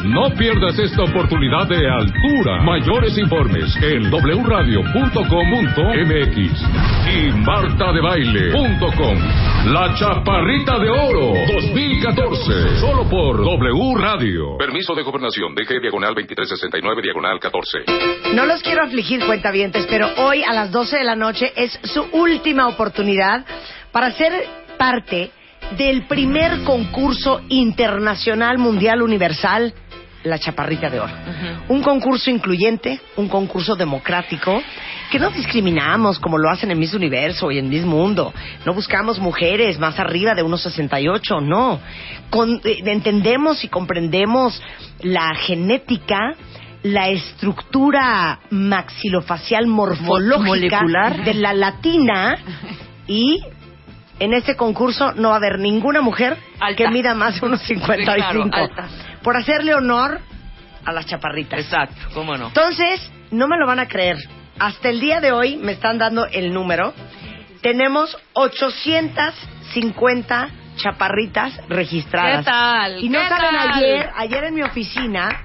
[SPEAKER 7] No pierdas esta oportunidad de altura. Mayores informes en wradio.com.mx y martadebaile.com. La Chaparrita de Oro 2014. Solo por W Radio. Permiso de gobernación. DG diagonal 2369 diagonal 14.
[SPEAKER 4] No los quiero afligir, cuentavientes, pero hoy a las 12 de la noche es su última oportunidad para ser parte del primer concurso internacional mundial universal, la Chaparrita de Oro. Un concurso incluyente, un concurso democrático, que no discriminamos como lo hacen en Miss Universo y en Miss Mundo. No buscamos mujeres más arriba de 1,68, no. Con- eh, entendemos y comprendemos la genética, la estructura maxilofacial morfológica
[SPEAKER 2] molecular.
[SPEAKER 4] de la latina y en este concurso no va a haber ninguna mujer
[SPEAKER 3] Alta.
[SPEAKER 4] que mida más de unos 55
[SPEAKER 3] Sí, claro, alta.
[SPEAKER 4] por hacerle honor a las chaparritas.
[SPEAKER 3] Exacto, ¿cómo no?
[SPEAKER 4] Entonces, no me lo van a creer. Hasta el día de hoy me están dando el número. Tenemos 850 chaparritas registradas.
[SPEAKER 3] ¿Qué tal?
[SPEAKER 4] Y no
[SPEAKER 3] ¿Qué
[SPEAKER 4] saben,
[SPEAKER 3] tal?
[SPEAKER 4] ayer, ayer en mi oficina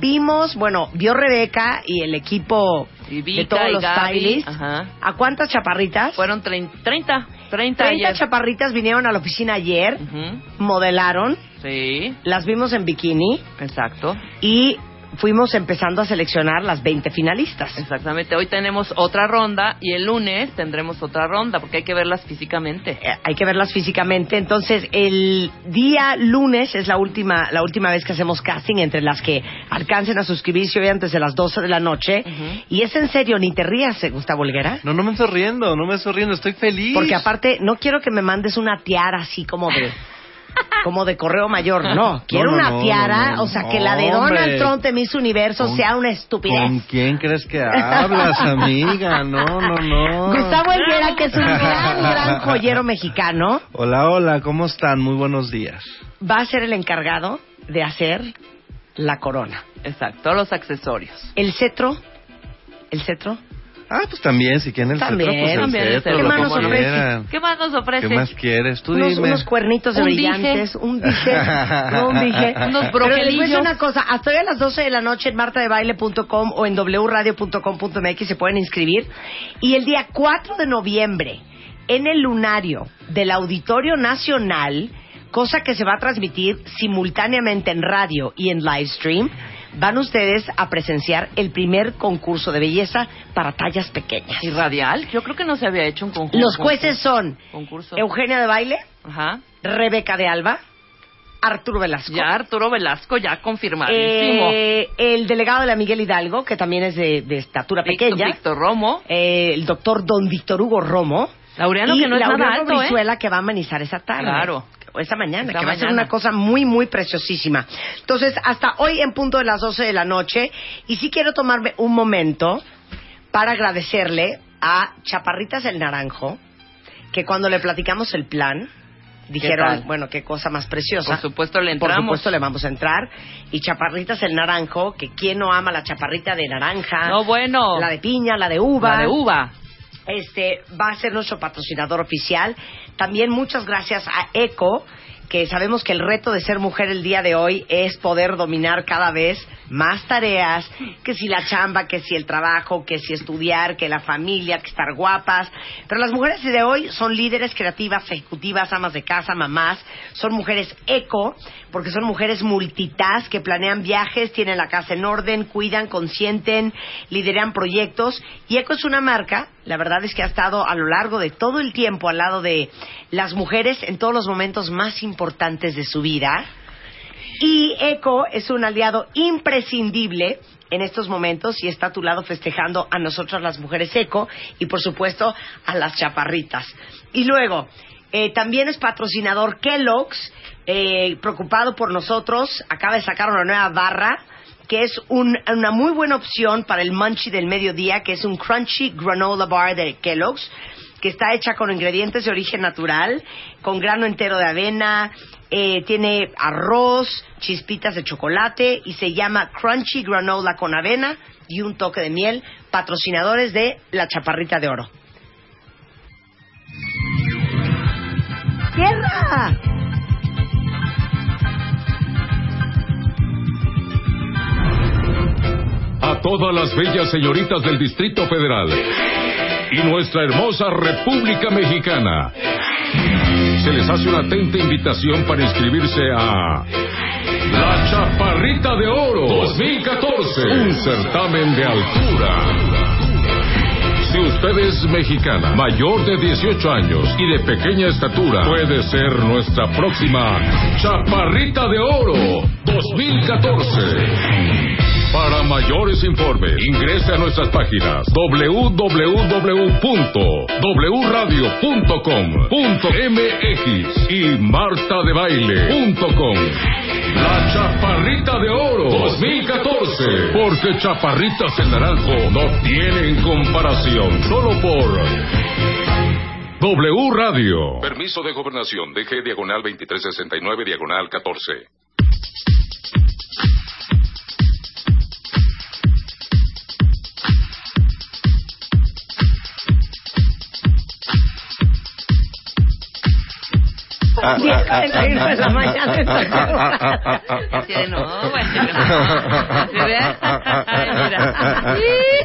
[SPEAKER 4] vimos, bueno, vio Rebeca y el equipo
[SPEAKER 3] Y Vika
[SPEAKER 4] de todos
[SPEAKER 3] y
[SPEAKER 4] los
[SPEAKER 3] Gaby,
[SPEAKER 4] stylists.
[SPEAKER 3] ajá.
[SPEAKER 4] ¿A cuántas chaparritas?
[SPEAKER 3] Fueron trein- 30, 30, 30
[SPEAKER 4] 30
[SPEAKER 3] ayer.
[SPEAKER 4] chaparritas vinieron a la oficina ayer,
[SPEAKER 3] Ujú,
[SPEAKER 4] modelaron,
[SPEAKER 3] Sí,
[SPEAKER 4] las vimos en bikini
[SPEAKER 3] exacto.
[SPEAKER 4] y fuimos empezando a seleccionar las 20 finalistas.
[SPEAKER 3] Exactamente. Hoy tenemos otra ronda y el lunes tendremos otra ronda porque hay que verlas físicamente.
[SPEAKER 4] Eh, hay que verlas físicamente. Entonces, el día lunes es la última, la última vez que hacemos casting entre las que alcancen a suscribirse hoy antes de las 12 de la noche.
[SPEAKER 3] Ujú.
[SPEAKER 4] Y es en serio, ni te rías, eh, Gustavo Olguera.
[SPEAKER 8] No, no me estoy riendo, no me estoy riendo, estoy feliz.
[SPEAKER 4] Porque aparte, no quiero que me mandes una tiara así como de... Como de correo mayor, no. Quiero
[SPEAKER 8] no,
[SPEAKER 4] una
[SPEAKER 8] no,
[SPEAKER 4] tiara,
[SPEAKER 8] no, no.
[SPEAKER 4] o sea, que la de
[SPEAKER 8] Hombre.
[SPEAKER 4] Donald Trump de Miss Universo
[SPEAKER 8] ¿Con-
[SPEAKER 4] sea una
[SPEAKER 8] ¿Con
[SPEAKER 4] estupidez.
[SPEAKER 8] quién crees que hablas, amiga? No, no, no.
[SPEAKER 4] Gustavo Helguera, que es un gran, gran joyero mexicano,
[SPEAKER 8] Hola, hola, ¿cómo están? Muy buenos días.
[SPEAKER 4] va a ser el encargado de hacer la corona.
[SPEAKER 3] Exacto, todos los accesorios.
[SPEAKER 4] El cetro, el cetro,
[SPEAKER 8] Ah, pues también, si quieren el
[SPEAKER 4] También,
[SPEAKER 8] cetro, pues el
[SPEAKER 3] también el
[SPEAKER 8] cetro,
[SPEAKER 3] cetro.
[SPEAKER 8] lo
[SPEAKER 4] ¿Qué
[SPEAKER 8] que
[SPEAKER 4] más nos ofreces?
[SPEAKER 8] quieran.
[SPEAKER 3] ¿Qué más nos
[SPEAKER 8] ¿Qué
[SPEAKER 3] ofrece?
[SPEAKER 8] más quieres? Tú
[SPEAKER 4] unos,
[SPEAKER 8] dime.
[SPEAKER 4] unos cuernitos
[SPEAKER 3] Un
[SPEAKER 4] brillantes, un dije, no, un dije. Pero les voy
[SPEAKER 3] Unos
[SPEAKER 4] a decir
[SPEAKER 3] broquelillos.
[SPEAKER 4] una cosa, hasta hoy a las 12 de la noche en martadebaile.com o en wradio.com.mx se pueden inscribir. Y el día 4 de noviembre en el lunario del Auditorio Nacional, cosa que se va a transmitir simultáneamente en radio y en live stream, van ustedes a presenciar el primer concurso de belleza para tallas pequeñas.
[SPEAKER 3] ¿Y radial? Yo creo que no se había hecho un concurso.
[SPEAKER 4] Los jueces son
[SPEAKER 3] Concurso.
[SPEAKER 4] Eugenia de Baile,
[SPEAKER 3] Ajá.
[SPEAKER 4] Rebeca de Alba, Arturo Velasco.
[SPEAKER 3] Ya Arturo Velasco, ya confirmadísimo.
[SPEAKER 4] Eh, el delegado de la Miguel Hidalgo, que también es de, de estatura
[SPEAKER 3] Víctor-
[SPEAKER 4] pequeña.
[SPEAKER 3] Víctor Romo.
[SPEAKER 4] Eh, el doctor don Víctor Hugo Romo.
[SPEAKER 3] Laureano,
[SPEAKER 4] y
[SPEAKER 3] que no es nada
[SPEAKER 4] Laureano
[SPEAKER 3] alto, ¿eh?
[SPEAKER 4] Brizuela, que va a amenizar esa tarde.
[SPEAKER 3] Claro.
[SPEAKER 4] O Esa mañana,
[SPEAKER 3] Esa
[SPEAKER 4] que va a ser
[SPEAKER 3] mañana.
[SPEAKER 4] una cosa muy, muy preciosísima. Entonces, hasta hoy en punto de las 12 de la noche. Y sí quiero tomarme un momento para agradecerle a Chaparritas el Naranjo, que cuando le platicamos el plan,
[SPEAKER 3] tal?
[SPEAKER 4] dijeron, bueno, qué cosa más preciosa.
[SPEAKER 3] Por supuesto le
[SPEAKER 4] Por
[SPEAKER 3] entramos.
[SPEAKER 4] supuesto le vamos a entrar. Y Chaparritas el Naranjo, que quién no ama la chaparrita de naranja.
[SPEAKER 3] No, bueno.
[SPEAKER 4] La de piña, la de uva.
[SPEAKER 3] La de uva.
[SPEAKER 4] Este va a ser nuestro patrocinador oficial. También muchas gracias a Eco, que sabemos que el reto de ser mujer el día de hoy es poder dominar cada vez más tareas, que si la chamba, que si el trabajo, que si estudiar, que la familia, que estar guapas. Pero las mujeres de hoy son líderes creativas, ejecutivas, amas de casa, mamás, son mujeres eco, porque son mujeres multitask que planean viajes, tienen la casa en orden, cuidan, consienten, lideran proyectos. Y Eco es una marca, la verdad es que ha estado a lo largo de todo el tiempo al lado de las mujeres en todos los momentos más importantes de su vida. Y ECO es un aliado imprescindible en estos momentos y está a tu lado festejando a nosotras las mujeres ECO y por supuesto a las chaparritas. Y luego, eh, también es patrocinador Kellogg's, eh, preocupado por nosotros, acaba de sacar una nueva barra que es un- una muy buena opción para el munchie del mediodía, que es un crunchy granola bar de Kellogg's, que está hecha con ingredientes de origen natural, con grano entero de avena, eh, tiene arroz, chispitas de chocolate y se llama crunchy granola con avena y un toque de miel, patrocinadores de La Chaparrita de Oro. ¡Tierra!
[SPEAKER 7] a todas las bellas señoritas del Distrito Federal y nuestra hermosa República Mexicana. Se les hace una atenta invitación para inscribirse a La Chaparrita de Oro 2014, un certamen de altura. Si usted es mexicana, mayor de 18 años y de pequeña estatura, puede ser nuestra próxima Chaparrita de Oro 2014. Para mayores informes, ingrese a nuestras páginas www.wradio.com.mx y martadebaile.com. La Chaparrita de Oro 2014. Porque Chaparritas en Naranjo no tienen comparación. Solo por W Radio. Permiso de gobernación. DG Diagonal 2369 Diagonal 14.
[SPEAKER 8] Ah, ah, ah, ah, ah, ah,
[SPEAKER 3] Sí, no, bueno. ¿Se ve?
[SPEAKER 8] ah,
[SPEAKER 3] Ay, mira.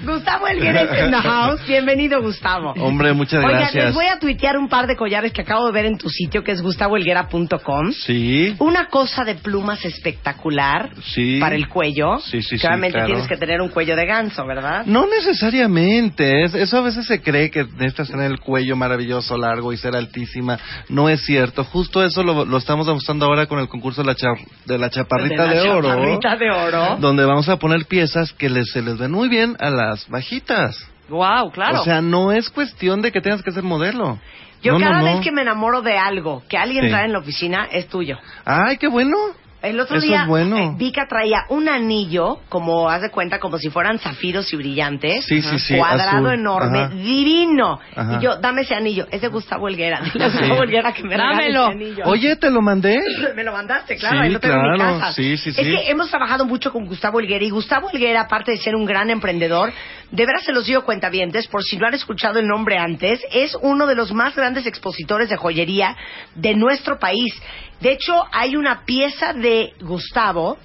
[SPEAKER 4] Gustavo Elgueres en the house. Bienvenido, Gustavo.
[SPEAKER 8] Hombre, muchas
[SPEAKER 4] Oiga, les
[SPEAKER 8] gracias.
[SPEAKER 4] voy a tuitear un par de collares que acabo de ver en tu sitio, que es gustavoelguera.com.
[SPEAKER 8] Sí,
[SPEAKER 4] Una cosa de plumas espectacular
[SPEAKER 8] sí.
[SPEAKER 4] para el cuello.
[SPEAKER 8] Sí, sí, sí,
[SPEAKER 4] Claramente
[SPEAKER 8] claro.
[SPEAKER 4] tienes que tener un cuello de ganso, ¿verdad?
[SPEAKER 8] No necesariamente, es- eso a veces se cree que necesitas tener el cuello maravilloso, largo y ser altísima. No es cierto, justo eso lo, lo estamos demostrando ahora con el concurso de la, cha- de la chaparrita de,
[SPEAKER 4] la
[SPEAKER 8] oro,
[SPEAKER 4] chaparrita de oro.
[SPEAKER 8] donde vamos a poner piezas que les- se les ven muy bien a las bajitas.
[SPEAKER 3] Wow, claro.
[SPEAKER 8] O sea, no es cuestión de que tengas que ser modelo.
[SPEAKER 4] Yo
[SPEAKER 8] No, no,
[SPEAKER 4] cada
[SPEAKER 8] no.
[SPEAKER 4] vez que me enamoro de algo que alguien
[SPEAKER 8] Sí.
[SPEAKER 4] trae en la oficina, es tuyo.
[SPEAKER 8] Ay, qué bueno.
[SPEAKER 4] El otro
[SPEAKER 8] Eso
[SPEAKER 4] día
[SPEAKER 8] es bueno.
[SPEAKER 4] eh, Vika traía un anillo, como haz de cuenta, como si fueran zafiros y brillantes.
[SPEAKER 8] Sí, sí, sí,
[SPEAKER 4] Cuadrado
[SPEAKER 8] azul.
[SPEAKER 4] enorme,
[SPEAKER 8] Ajá.
[SPEAKER 4] divino.
[SPEAKER 8] Ajá.
[SPEAKER 4] Y yo, dame ese anillo. Es de Gustavo Helguera. Dile a Gustavo Helguera que me regale ese
[SPEAKER 3] Dámelo.
[SPEAKER 4] anillo.
[SPEAKER 8] Oye, te lo mandé.
[SPEAKER 4] Me lo mandaste, claro,
[SPEAKER 8] Sí,
[SPEAKER 4] ahí lo tengo en mi
[SPEAKER 8] claro,
[SPEAKER 4] casa.
[SPEAKER 8] sí, sí,
[SPEAKER 4] es
[SPEAKER 8] sí.
[SPEAKER 4] que hemos trabajado mucho con Gustavo Helguera y Gustavo Helguera, aparte de ser un gran emprendedor, de veras se los digo cuentavientes, por si no han escuchado el nombre antes, es uno de los más grandes expositores de joyería de nuestro país. De hecho, hay una pieza de Gustavo,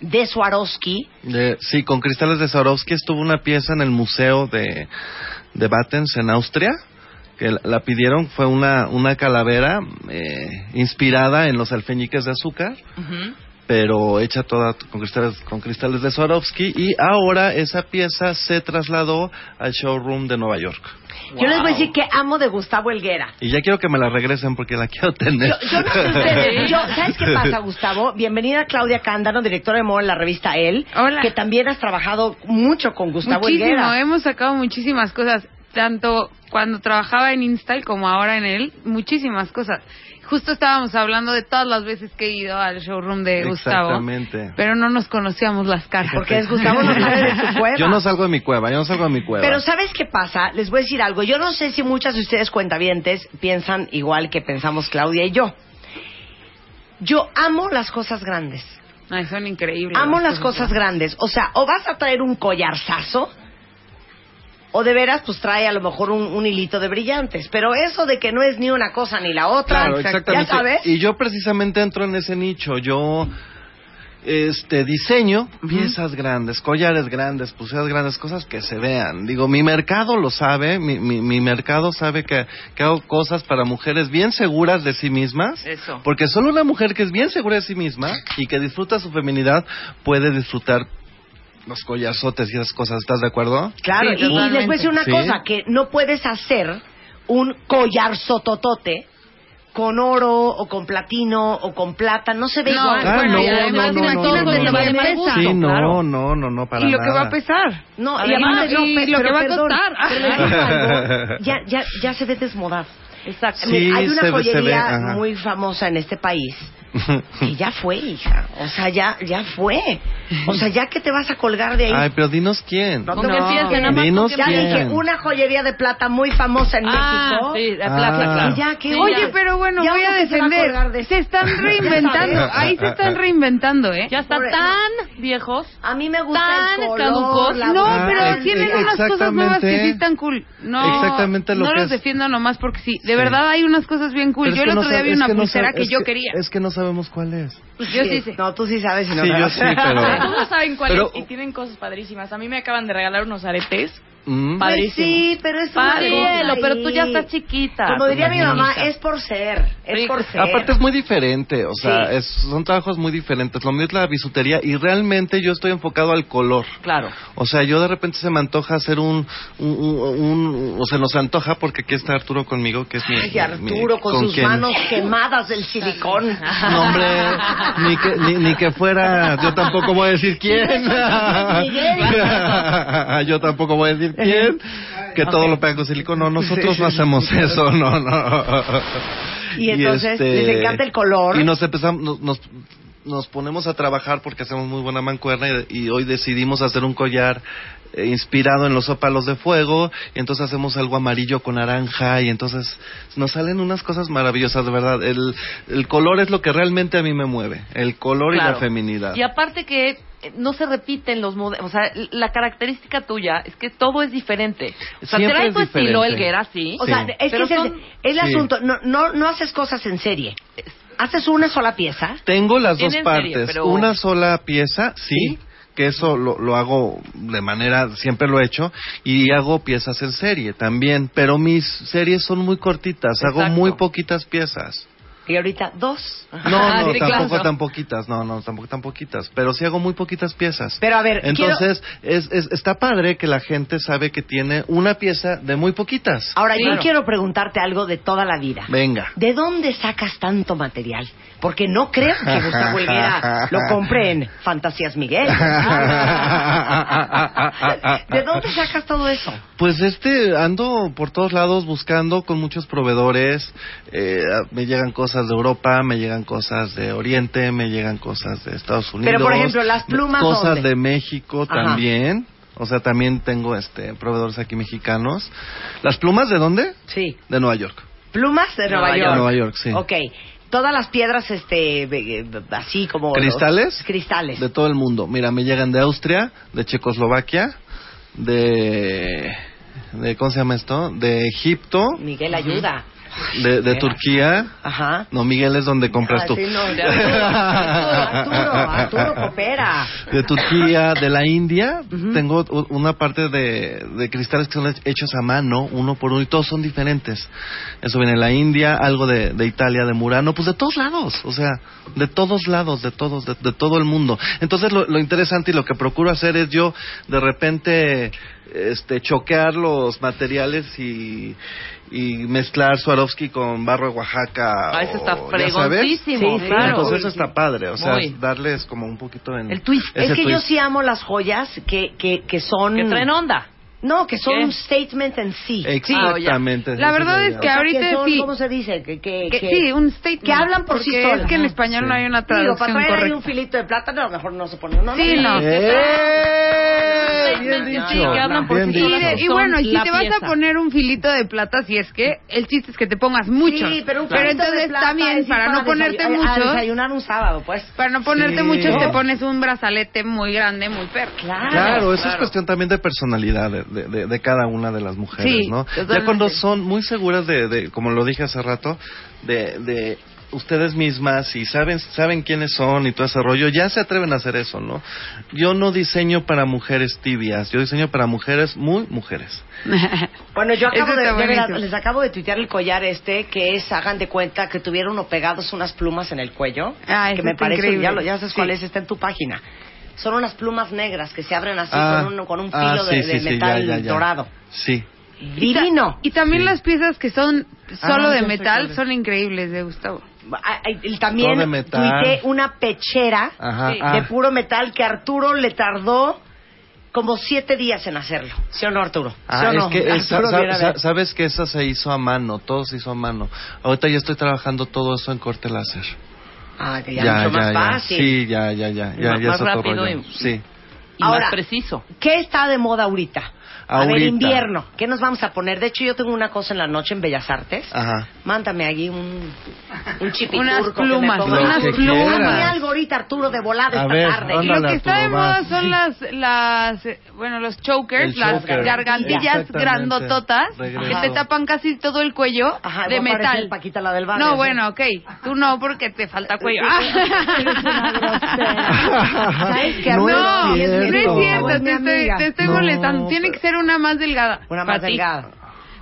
[SPEAKER 4] de Swarovski,
[SPEAKER 8] De- sí, con cristales de Swarovski estuvo una pieza en el museo de, de Battens en Austria que la- la pidieron fue una, una calavera eh, inspirada en los alfeñiques de azúcar, pero hecha toda con cristales, con cristales de Swarovski y ahora esa pieza se trasladó al showroom de Nueva York.
[SPEAKER 4] Yo les voy a decir que amo de Gustavo Helguera.
[SPEAKER 8] Y ya quiero que me la regresen porque la quiero tener.
[SPEAKER 4] Yo no sé ustedes, yo- ¿sabes qué pasa, Gustavo? Bienvenida Claudia Cándano, directora de moda en la revista El,
[SPEAKER 9] Hola.
[SPEAKER 4] que también has trabajado mucho con Gustavo
[SPEAKER 9] Muchísimo, ¿eh?
[SPEAKER 4] Helguera.
[SPEAKER 9] hemos sacado muchísimas cosas, tanto cuando trabajaba en Instal como ahora en él, muchísimas cosas. Justo estábamos hablando de todas las veces que he ido al showroom de Gustavo,
[SPEAKER 8] Exactamente.
[SPEAKER 9] pero no nos conocíamos las caras.
[SPEAKER 4] Porque es Gustavo no sabe de su cueva.
[SPEAKER 8] Yo no salgo de mi cueva, yo no salgo de mi cueva.
[SPEAKER 4] Pero ¿sabes qué pasa? Les voy a decir algo. Yo no sé si muchas de ustedes cuentavientes piensan igual que pensamos Claudia y yo. Yo amo las cosas grandes.
[SPEAKER 9] Ay, son increíbles.
[SPEAKER 4] Amo las cosas grandes. O sea, o vas a traer un collarzazo, o de veras, pues trae a lo mejor un, un hilito de brillantes. Pero eso de que no es ni una cosa ni la otra,
[SPEAKER 8] Claro, exactamente.
[SPEAKER 4] ya sabes.
[SPEAKER 8] Y yo precisamente entro en ese nicho. Yo este diseño piezas grandes, collares grandes, pulseras grandes, cosas que se vean. Digo, mi mercado lo sabe, mi, mi, mi mercado sabe que, que hago cosas para mujeres bien seguras de sí mismas.
[SPEAKER 9] Eh.
[SPEAKER 3] Eso.
[SPEAKER 8] Porque solo una mujer que es bien segura de sí misma y que disfruta su feminidad puede disfrutar los collarzotes y esas cosas. ¿Estás de acuerdo?
[SPEAKER 4] Claro, y, y les voy a decir una
[SPEAKER 8] Sí.
[SPEAKER 4] cosa, que no puedes hacer un collar sototote con oro o con platino o con plata, no se ve
[SPEAKER 9] No,
[SPEAKER 4] igual.
[SPEAKER 9] Ah, bueno, no, y además, no, no, imagínate no, no, que va de mal gusto,
[SPEAKER 8] Sí, no,
[SPEAKER 4] claro.
[SPEAKER 8] no, no, no, para
[SPEAKER 9] y lo
[SPEAKER 8] nada.
[SPEAKER 9] que va a pesar.
[SPEAKER 4] No, y
[SPEAKER 9] Además,
[SPEAKER 4] además, no,
[SPEAKER 9] y
[SPEAKER 4] pe-
[SPEAKER 9] lo que
[SPEAKER 4] pero
[SPEAKER 9] va a
[SPEAKER 4] perdón,
[SPEAKER 9] costar.
[SPEAKER 4] pero les digo algo, ya, ya, ya se ve desmodado.
[SPEAKER 3] Exacto.
[SPEAKER 8] Sí,
[SPEAKER 4] Mira, Hay una
[SPEAKER 8] se ve- se ve,
[SPEAKER 4] joyería
[SPEAKER 8] ajá.
[SPEAKER 4] muy famosa en este país
[SPEAKER 9] pues,
[SPEAKER 4] que ya fue, hija. O sea, ya, ya fue. O sea, ya que te vas a colgar de ahí.
[SPEAKER 8] Ay, pero dinos quién.
[SPEAKER 4] no,
[SPEAKER 3] No,
[SPEAKER 4] te confíes que nada más
[SPEAKER 8] Dinos
[SPEAKER 4] Ya
[SPEAKER 8] quién.
[SPEAKER 4] dije, una joyería de plata muy famosa en México.
[SPEAKER 3] sí, la
[SPEAKER 8] Ah.
[SPEAKER 3] plaza, claro.
[SPEAKER 4] Y ya que
[SPEAKER 9] Oye, pero bueno,
[SPEAKER 4] ya
[SPEAKER 9] voy
[SPEAKER 4] uno
[SPEAKER 9] a
[SPEAKER 4] que se va a
[SPEAKER 9] defender.
[SPEAKER 4] colgar de-
[SPEAKER 9] Se están reinventando, ahí se están reinventando, ¿eh?
[SPEAKER 3] Ya están
[SPEAKER 4] Pobre-
[SPEAKER 3] tan viejos.
[SPEAKER 4] A mí me gusta
[SPEAKER 3] Tan
[SPEAKER 4] el color,
[SPEAKER 3] caducos.
[SPEAKER 4] la
[SPEAKER 9] No,
[SPEAKER 4] verdad.
[SPEAKER 9] pero
[SPEAKER 8] Ah,
[SPEAKER 9] tienen
[SPEAKER 8] ex-
[SPEAKER 9] unas cosas nuevas que sí
[SPEAKER 8] exactamente.
[SPEAKER 9] están cool. No,
[SPEAKER 8] Exactamente lo
[SPEAKER 9] no
[SPEAKER 8] que
[SPEAKER 9] los
[SPEAKER 8] es.
[SPEAKER 9] defiendo nomás porque sí. De
[SPEAKER 8] Sí.
[SPEAKER 9] verdad hay unas cosas bien cool.
[SPEAKER 8] Pero es
[SPEAKER 9] yo
[SPEAKER 8] que
[SPEAKER 9] el
[SPEAKER 8] no
[SPEAKER 9] otro día
[SPEAKER 8] sab-
[SPEAKER 9] vi
[SPEAKER 8] es
[SPEAKER 9] una
[SPEAKER 8] que no
[SPEAKER 9] pulsera
[SPEAKER 8] sab-
[SPEAKER 9] que
[SPEAKER 8] es
[SPEAKER 9] yo quería.
[SPEAKER 8] Es que no sabemos cuál es.
[SPEAKER 9] Yo sí sé.
[SPEAKER 4] No, tú sí sabes. y no Pues
[SPEAKER 8] Sí,
[SPEAKER 4] me
[SPEAKER 8] yo
[SPEAKER 4] vas a-
[SPEAKER 8] sí, pero-
[SPEAKER 10] Todos saben cuál
[SPEAKER 8] Pero-
[SPEAKER 10] es y tienen cosas padrísimas. A mí me acaban de regalar unos aretes.
[SPEAKER 8] Mm.
[SPEAKER 10] Pa-
[SPEAKER 4] Pues sí, pero es una
[SPEAKER 3] Padre,
[SPEAKER 4] cosa
[SPEAKER 3] cielo, pero tú ya
[SPEAKER 4] ahí.
[SPEAKER 3] estás chiquita.
[SPEAKER 4] Como diría mi mamá, eh,
[SPEAKER 3] Imagínate.
[SPEAKER 4] es por ser, es por ser.
[SPEAKER 8] Aparte es muy diferente, o sea,
[SPEAKER 4] Sí.
[SPEAKER 8] es- son trabajos muy diferentes. Lo mío es la bisutería y realmente yo estoy enfocado al color.
[SPEAKER 3] Claro.
[SPEAKER 8] O sea, yo de repente se me antoja hacer un, un, un- un- o se nos antoja porque aquí está Arturo conmigo, que es mi...
[SPEAKER 4] Ay,
[SPEAKER 8] mi-
[SPEAKER 4] Arturo
[SPEAKER 8] mi-
[SPEAKER 4] con sus
[SPEAKER 8] quien-
[SPEAKER 4] manos quemadas del silicón.
[SPEAKER 8] No, hombre, ni que, ni, ni que fuera, yo tampoco voy a decir quién. yo tampoco voy a decir quién. Que todo lo pegan con silicona. No, nosotros no hacemos eso, no, no.
[SPEAKER 4] Y entonces, les encanta el color.
[SPEAKER 8] este, Y nos empezamos, nos, nos, nos ponemos a trabajar porque hacemos muy buena mancuerna y, y hoy decidimos hacer un collar eh, inspirado en los ópalos de fuego y entonces hacemos algo amarillo con naranja y entonces nos salen unas cosas maravillosas de verdad el, el color es lo que realmente a mí me mueve el color y
[SPEAKER 3] Claro.
[SPEAKER 8] la feminidad
[SPEAKER 3] Y aparte que eh, no se repiten los modelos, o sea, l- la característica tuya es que todo es diferente. O sea,
[SPEAKER 8] Siempre
[SPEAKER 3] traes
[SPEAKER 8] es
[SPEAKER 3] tu estilo
[SPEAKER 8] diferente.
[SPEAKER 3] Helguera, sí.
[SPEAKER 4] O sea,
[SPEAKER 8] Sí.
[SPEAKER 4] es que
[SPEAKER 3] Pero
[SPEAKER 4] es el,
[SPEAKER 3] son-
[SPEAKER 4] el
[SPEAKER 8] Sí.
[SPEAKER 4] asunto, no, no, no haces cosas en serie. Haces una sola pieza.
[SPEAKER 8] Tengo las dos
[SPEAKER 3] Tienen
[SPEAKER 8] partes.
[SPEAKER 3] serie, pero-
[SPEAKER 8] Una sola pieza, sí, que eso lo, lo hago de manera, siempre lo he hecho, y hago piezas en serie también, pero mis series son muy cortitas, hago
[SPEAKER 3] Exacto.
[SPEAKER 8] muy poquitas piezas.
[SPEAKER 4] Y ahorita dos.
[SPEAKER 8] No, no,
[SPEAKER 3] Sí,
[SPEAKER 8] tampoco
[SPEAKER 3] claro.
[SPEAKER 8] tan poquitas, no, no, tampoco tan poquitas, pero sí hago muy poquitas piezas.
[SPEAKER 4] Pero a ver, quiero-
[SPEAKER 8] Entonces, es, es- está padre que la gente sabe que tiene una pieza de muy poquitas.
[SPEAKER 4] Ahora, yo
[SPEAKER 3] Claro.
[SPEAKER 4] quiero preguntarte algo de toda la vida.
[SPEAKER 8] Venga.
[SPEAKER 4] ¿De dónde sacas tanto material? Porque no creo que Gustavo Helguera lo compre en Fantasías Miguel. ¿De dónde sacas todo eso?
[SPEAKER 8] Pues este, ando por todos lados buscando con muchos proveedores. eh, me llegan cosas de Europa, me llegan cosas de Oriente, me llegan cosas de Estados Unidos.
[SPEAKER 4] por ejemplo, las plumas,
[SPEAKER 8] Cosas
[SPEAKER 4] ¿dónde?
[SPEAKER 8] de México
[SPEAKER 4] Ajá.
[SPEAKER 8] también. O sea, también tengo este proveedores aquí mexicanos. ¿Las plumas de dónde?
[SPEAKER 4] Sí.
[SPEAKER 8] De Nueva York.
[SPEAKER 4] Plumas de Nueva, York.
[SPEAKER 8] Nueva York, sí.
[SPEAKER 4] Ok. Todas las piedras, este, be- be- así como... los-
[SPEAKER 8] ¿Cristales?
[SPEAKER 4] cristales.
[SPEAKER 8] De todo el mundo. Mira, me llegan de Austria, de Checoslovaquia, de. de ¿Cómo se llama esto? De Egipto.
[SPEAKER 4] Miguel, ayuda.
[SPEAKER 8] de, de Turquía.
[SPEAKER 4] Ajá.
[SPEAKER 8] No, Miguel es donde compras
[SPEAKER 4] Ah,
[SPEAKER 8] tú.
[SPEAKER 4] sí, no, de Arturo, Arturo, Arturo, Arturo coopera.
[SPEAKER 8] De Turquía, de la India. Tengo u- una parte de, de cristales que son hechos a mano, uno por uno, y todos son diferentes. Eso viene de la India, algo de, de Italia, de Murano, pues de todos lados. O sea, de todos lados, de todos, de, de todo el mundo. Entonces, lo, lo interesante y lo que procuro hacer es yo, de repente, este, choquear los materiales y y mezclar Swarovski con barro de Oaxaca.
[SPEAKER 3] Ah, eso está
[SPEAKER 8] o- ya sabes.
[SPEAKER 3] fregoncísimo, Sí, claro.
[SPEAKER 8] Entonces eso está padre, o sea,
[SPEAKER 3] Muy.
[SPEAKER 8] darles como un poquito en
[SPEAKER 4] El twist.
[SPEAKER 8] ese
[SPEAKER 4] es que yo
[SPEAKER 8] twist.
[SPEAKER 4] sí amo las joyas que, que, que son...
[SPEAKER 8] Que traen
[SPEAKER 3] onda.
[SPEAKER 4] No, que son
[SPEAKER 8] ¿Qué?
[SPEAKER 4] un statement en sí.
[SPEAKER 8] Exactamente.
[SPEAKER 9] La verdad es que
[SPEAKER 4] O sea,
[SPEAKER 9] ahorita
[SPEAKER 4] que son,
[SPEAKER 9] sí.
[SPEAKER 4] ¿Cómo se dice? Que, que,
[SPEAKER 9] Que-
[SPEAKER 4] que-
[SPEAKER 9] sí, un statement.
[SPEAKER 4] Que hablan por sí
[SPEAKER 9] Porque
[SPEAKER 4] solas.
[SPEAKER 9] es que en español no hay una
[SPEAKER 4] Digo, para
[SPEAKER 9] traducción
[SPEAKER 4] traer ahí
[SPEAKER 9] correcta.
[SPEAKER 4] un filito de plátano, a lo mejor no se pone uno.
[SPEAKER 9] Sí, no.
[SPEAKER 4] ¡Eh!
[SPEAKER 9] Bien
[SPEAKER 4] dicho,
[SPEAKER 9] que hablan por
[SPEAKER 4] bien
[SPEAKER 9] sí.
[SPEAKER 4] dicho.
[SPEAKER 9] Y, y bueno, y si
[SPEAKER 4] La
[SPEAKER 9] te vas
[SPEAKER 4] pieza.
[SPEAKER 9] a poner un filito de plata, si es que el chiste es que te pongas mucho.
[SPEAKER 4] Sí, pero un filito
[SPEAKER 9] entonces
[SPEAKER 4] de plata
[SPEAKER 9] también,
[SPEAKER 4] es
[SPEAKER 9] para,
[SPEAKER 4] para
[SPEAKER 9] no ponerte
[SPEAKER 4] desay- a- a
[SPEAKER 9] mucho.
[SPEAKER 4] desayunar un sábado, pues.
[SPEAKER 9] Para no ponerte
[SPEAKER 8] Sí.
[SPEAKER 9] muchos,
[SPEAKER 4] este
[SPEAKER 8] No.
[SPEAKER 3] Oh.
[SPEAKER 9] te pones un brazalete muy grande, muy perro.
[SPEAKER 4] Claro.
[SPEAKER 8] Claro, eso es cuestión también de personalidad de, de- de- de cada una de las mujeres,
[SPEAKER 9] Sí,
[SPEAKER 8] ¿no?
[SPEAKER 9] totalmente.
[SPEAKER 8] Ya cuando son muy seguras de, de- como lo dije hace rato, de, de ustedes mismas y saben saben quiénes son y todo ese rollo, ya se atreven a hacer eso, ¿no? Yo no diseño para mujeres tibias, yo diseño para mujeres muy mujeres.
[SPEAKER 4] Bueno, yo acabo
[SPEAKER 9] Eso
[SPEAKER 4] de,
[SPEAKER 9] está
[SPEAKER 4] de verdad,
[SPEAKER 9] buenísimo.
[SPEAKER 4] les acabo de tuitear el collar este, que es, hagan de cuenta, que tuvieron uno pegados unas plumas en el cuello.
[SPEAKER 9] Ah,
[SPEAKER 4] que
[SPEAKER 9] eso
[SPEAKER 4] me
[SPEAKER 9] está
[SPEAKER 4] parece,
[SPEAKER 9] increíble.
[SPEAKER 4] ya, lo, ya sabes
[SPEAKER 9] Sí.
[SPEAKER 4] cuál es, está en tu página. Son unas plumas negras que se abren así
[SPEAKER 8] Ah,
[SPEAKER 4] con, un, con un filo
[SPEAKER 8] ah,
[SPEAKER 4] de,
[SPEAKER 8] sí,
[SPEAKER 4] de
[SPEAKER 8] sí, sí,
[SPEAKER 4] metal
[SPEAKER 8] ya, ya, ya.
[SPEAKER 4] dorado.
[SPEAKER 8] Sí.
[SPEAKER 4] Divino.
[SPEAKER 9] Y también las piezas que son solo
[SPEAKER 4] Ah,
[SPEAKER 9] de
[SPEAKER 4] ya sé
[SPEAKER 9] metal
[SPEAKER 4] cuáles.
[SPEAKER 9] son increíbles de Gustavo.
[SPEAKER 4] Ah, ah, y
[SPEAKER 8] Todo de
[SPEAKER 4] También
[SPEAKER 8] metal.
[SPEAKER 4] tuiteé una pechera
[SPEAKER 8] Ajá,
[SPEAKER 4] de
[SPEAKER 8] ah.
[SPEAKER 4] puro metal que Arturo le tardó como siete días en hacerlo. ¿Sí o no, Arturo? ¿Sí
[SPEAKER 8] Ah,
[SPEAKER 4] o no?
[SPEAKER 8] es que eh, sa-
[SPEAKER 4] Arturo,
[SPEAKER 8] sa-
[SPEAKER 4] mira, a ver.
[SPEAKER 8] sa- sabes que esa se hizo a mano, todo se hizo a mano. Ahorita yo estoy trabajando todo eso en corte láser.
[SPEAKER 4] Ah, que ya, mucho más fácil.
[SPEAKER 8] Sí, ya, ya, ya, ya,
[SPEAKER 3] Más-
[SPEAKER 8] ya
[SPEAKER 3] más
[SPEAKER 8] es otro
[SPEAKER 3] rápido
[SPEAKER 8] rollo.
[SPEAKER 3] y-
[SPEAKER 8] Sí.
[SPEAKER 3] Y
[SPEAKER 4] Ahora,
[SPEAKER 3] más preciso.
[SPEAKER 4] ¿Qué está de moda ahorita? A ver,
[SPEAKER 8] Ahorita.
[SPEAKER 4] invierno. ¿Qué nos vamos a poner? De hecho, yo tengo una cosa en la noche en Bellas Artes.
[SPEAKER 8] Ajá.
[SPEAKER 4] Mándame allí un, un chipiturco.
[SPEAKER 9] Unas
[SPEAKER 4] que me
[SPEAKER 9] plumas,
[SPEAKER 4] ponga-
[SPEAKER 8] Lo
[SPEAKER 9] unas
[SPEAKER 8] que
[SPEAKER 9] plumas.
[SPEAKER 8] quieras.
[SPEAKER 4] Hazme algo ahorita, Arturo, de volada
[SPEAKER 8] A
[SPEAKER 4] esta
[SPEAKER 8] ver,
[SPEAKER 4] tarde.
[SPEAKER 8] ándale.
[SPEAKER 9] Lo que está de
[SPEAKER 8] Arturo,
[SPEAKER 9] moda
[SPEAKER 8] va.
[SPEAKER 9] son las, las, eh, bueno, los chokers,
[SPEAKER 8] El
[SPEAKER 9] las
[SPEAKER 8] choker.
[SPEAKER 9] gargantillas
[SPEAKER 8] Exactamente.
[SPEAKER 9] grandototas que
[SPEAKER 8] Regreso.
[SPEAKER 9] te tapan casi todo el cuello
[SPEAKER 4] Ajá,
[SPEAKER 9] de
[SPEAKER 4] voy a parecer
[SPEAKER 9] metal.
[SPEAKER 4] Paquita la del barrio.
[SPEAKER 9] No,
[SPEAKER 4] ¿sí?
[SPEAKER 9] bueno, ok. Tú no, porque te falta cuello.
[SPEAKER 4] Eres una grosera. ¿Sabes qué?
[SPEAKER 9] No,
[SPEAKER 4] Arturo?
[SPEAKER 9] no
[SPEAKER 4] Sí,
[SPEAKER 9] es
[SPEAKER 4] mi
[SPEAKER 9] cierto.
[SPEAKER 4] amiga, es mi
[SPEAKER 9] te estoy,
[SPEAKER 4] amiga.
[SPEAKER 9] te estoy
[SPEAKER 8] No,
[SPEAKER 9] molestando. Tiene que ser una más delgada.
[SPEAKER 4] Una
[SPEAKER 9] para
[SPEAKER 4] más
[SPEAKER 9] ti.
[SPEAKER 4] delgada.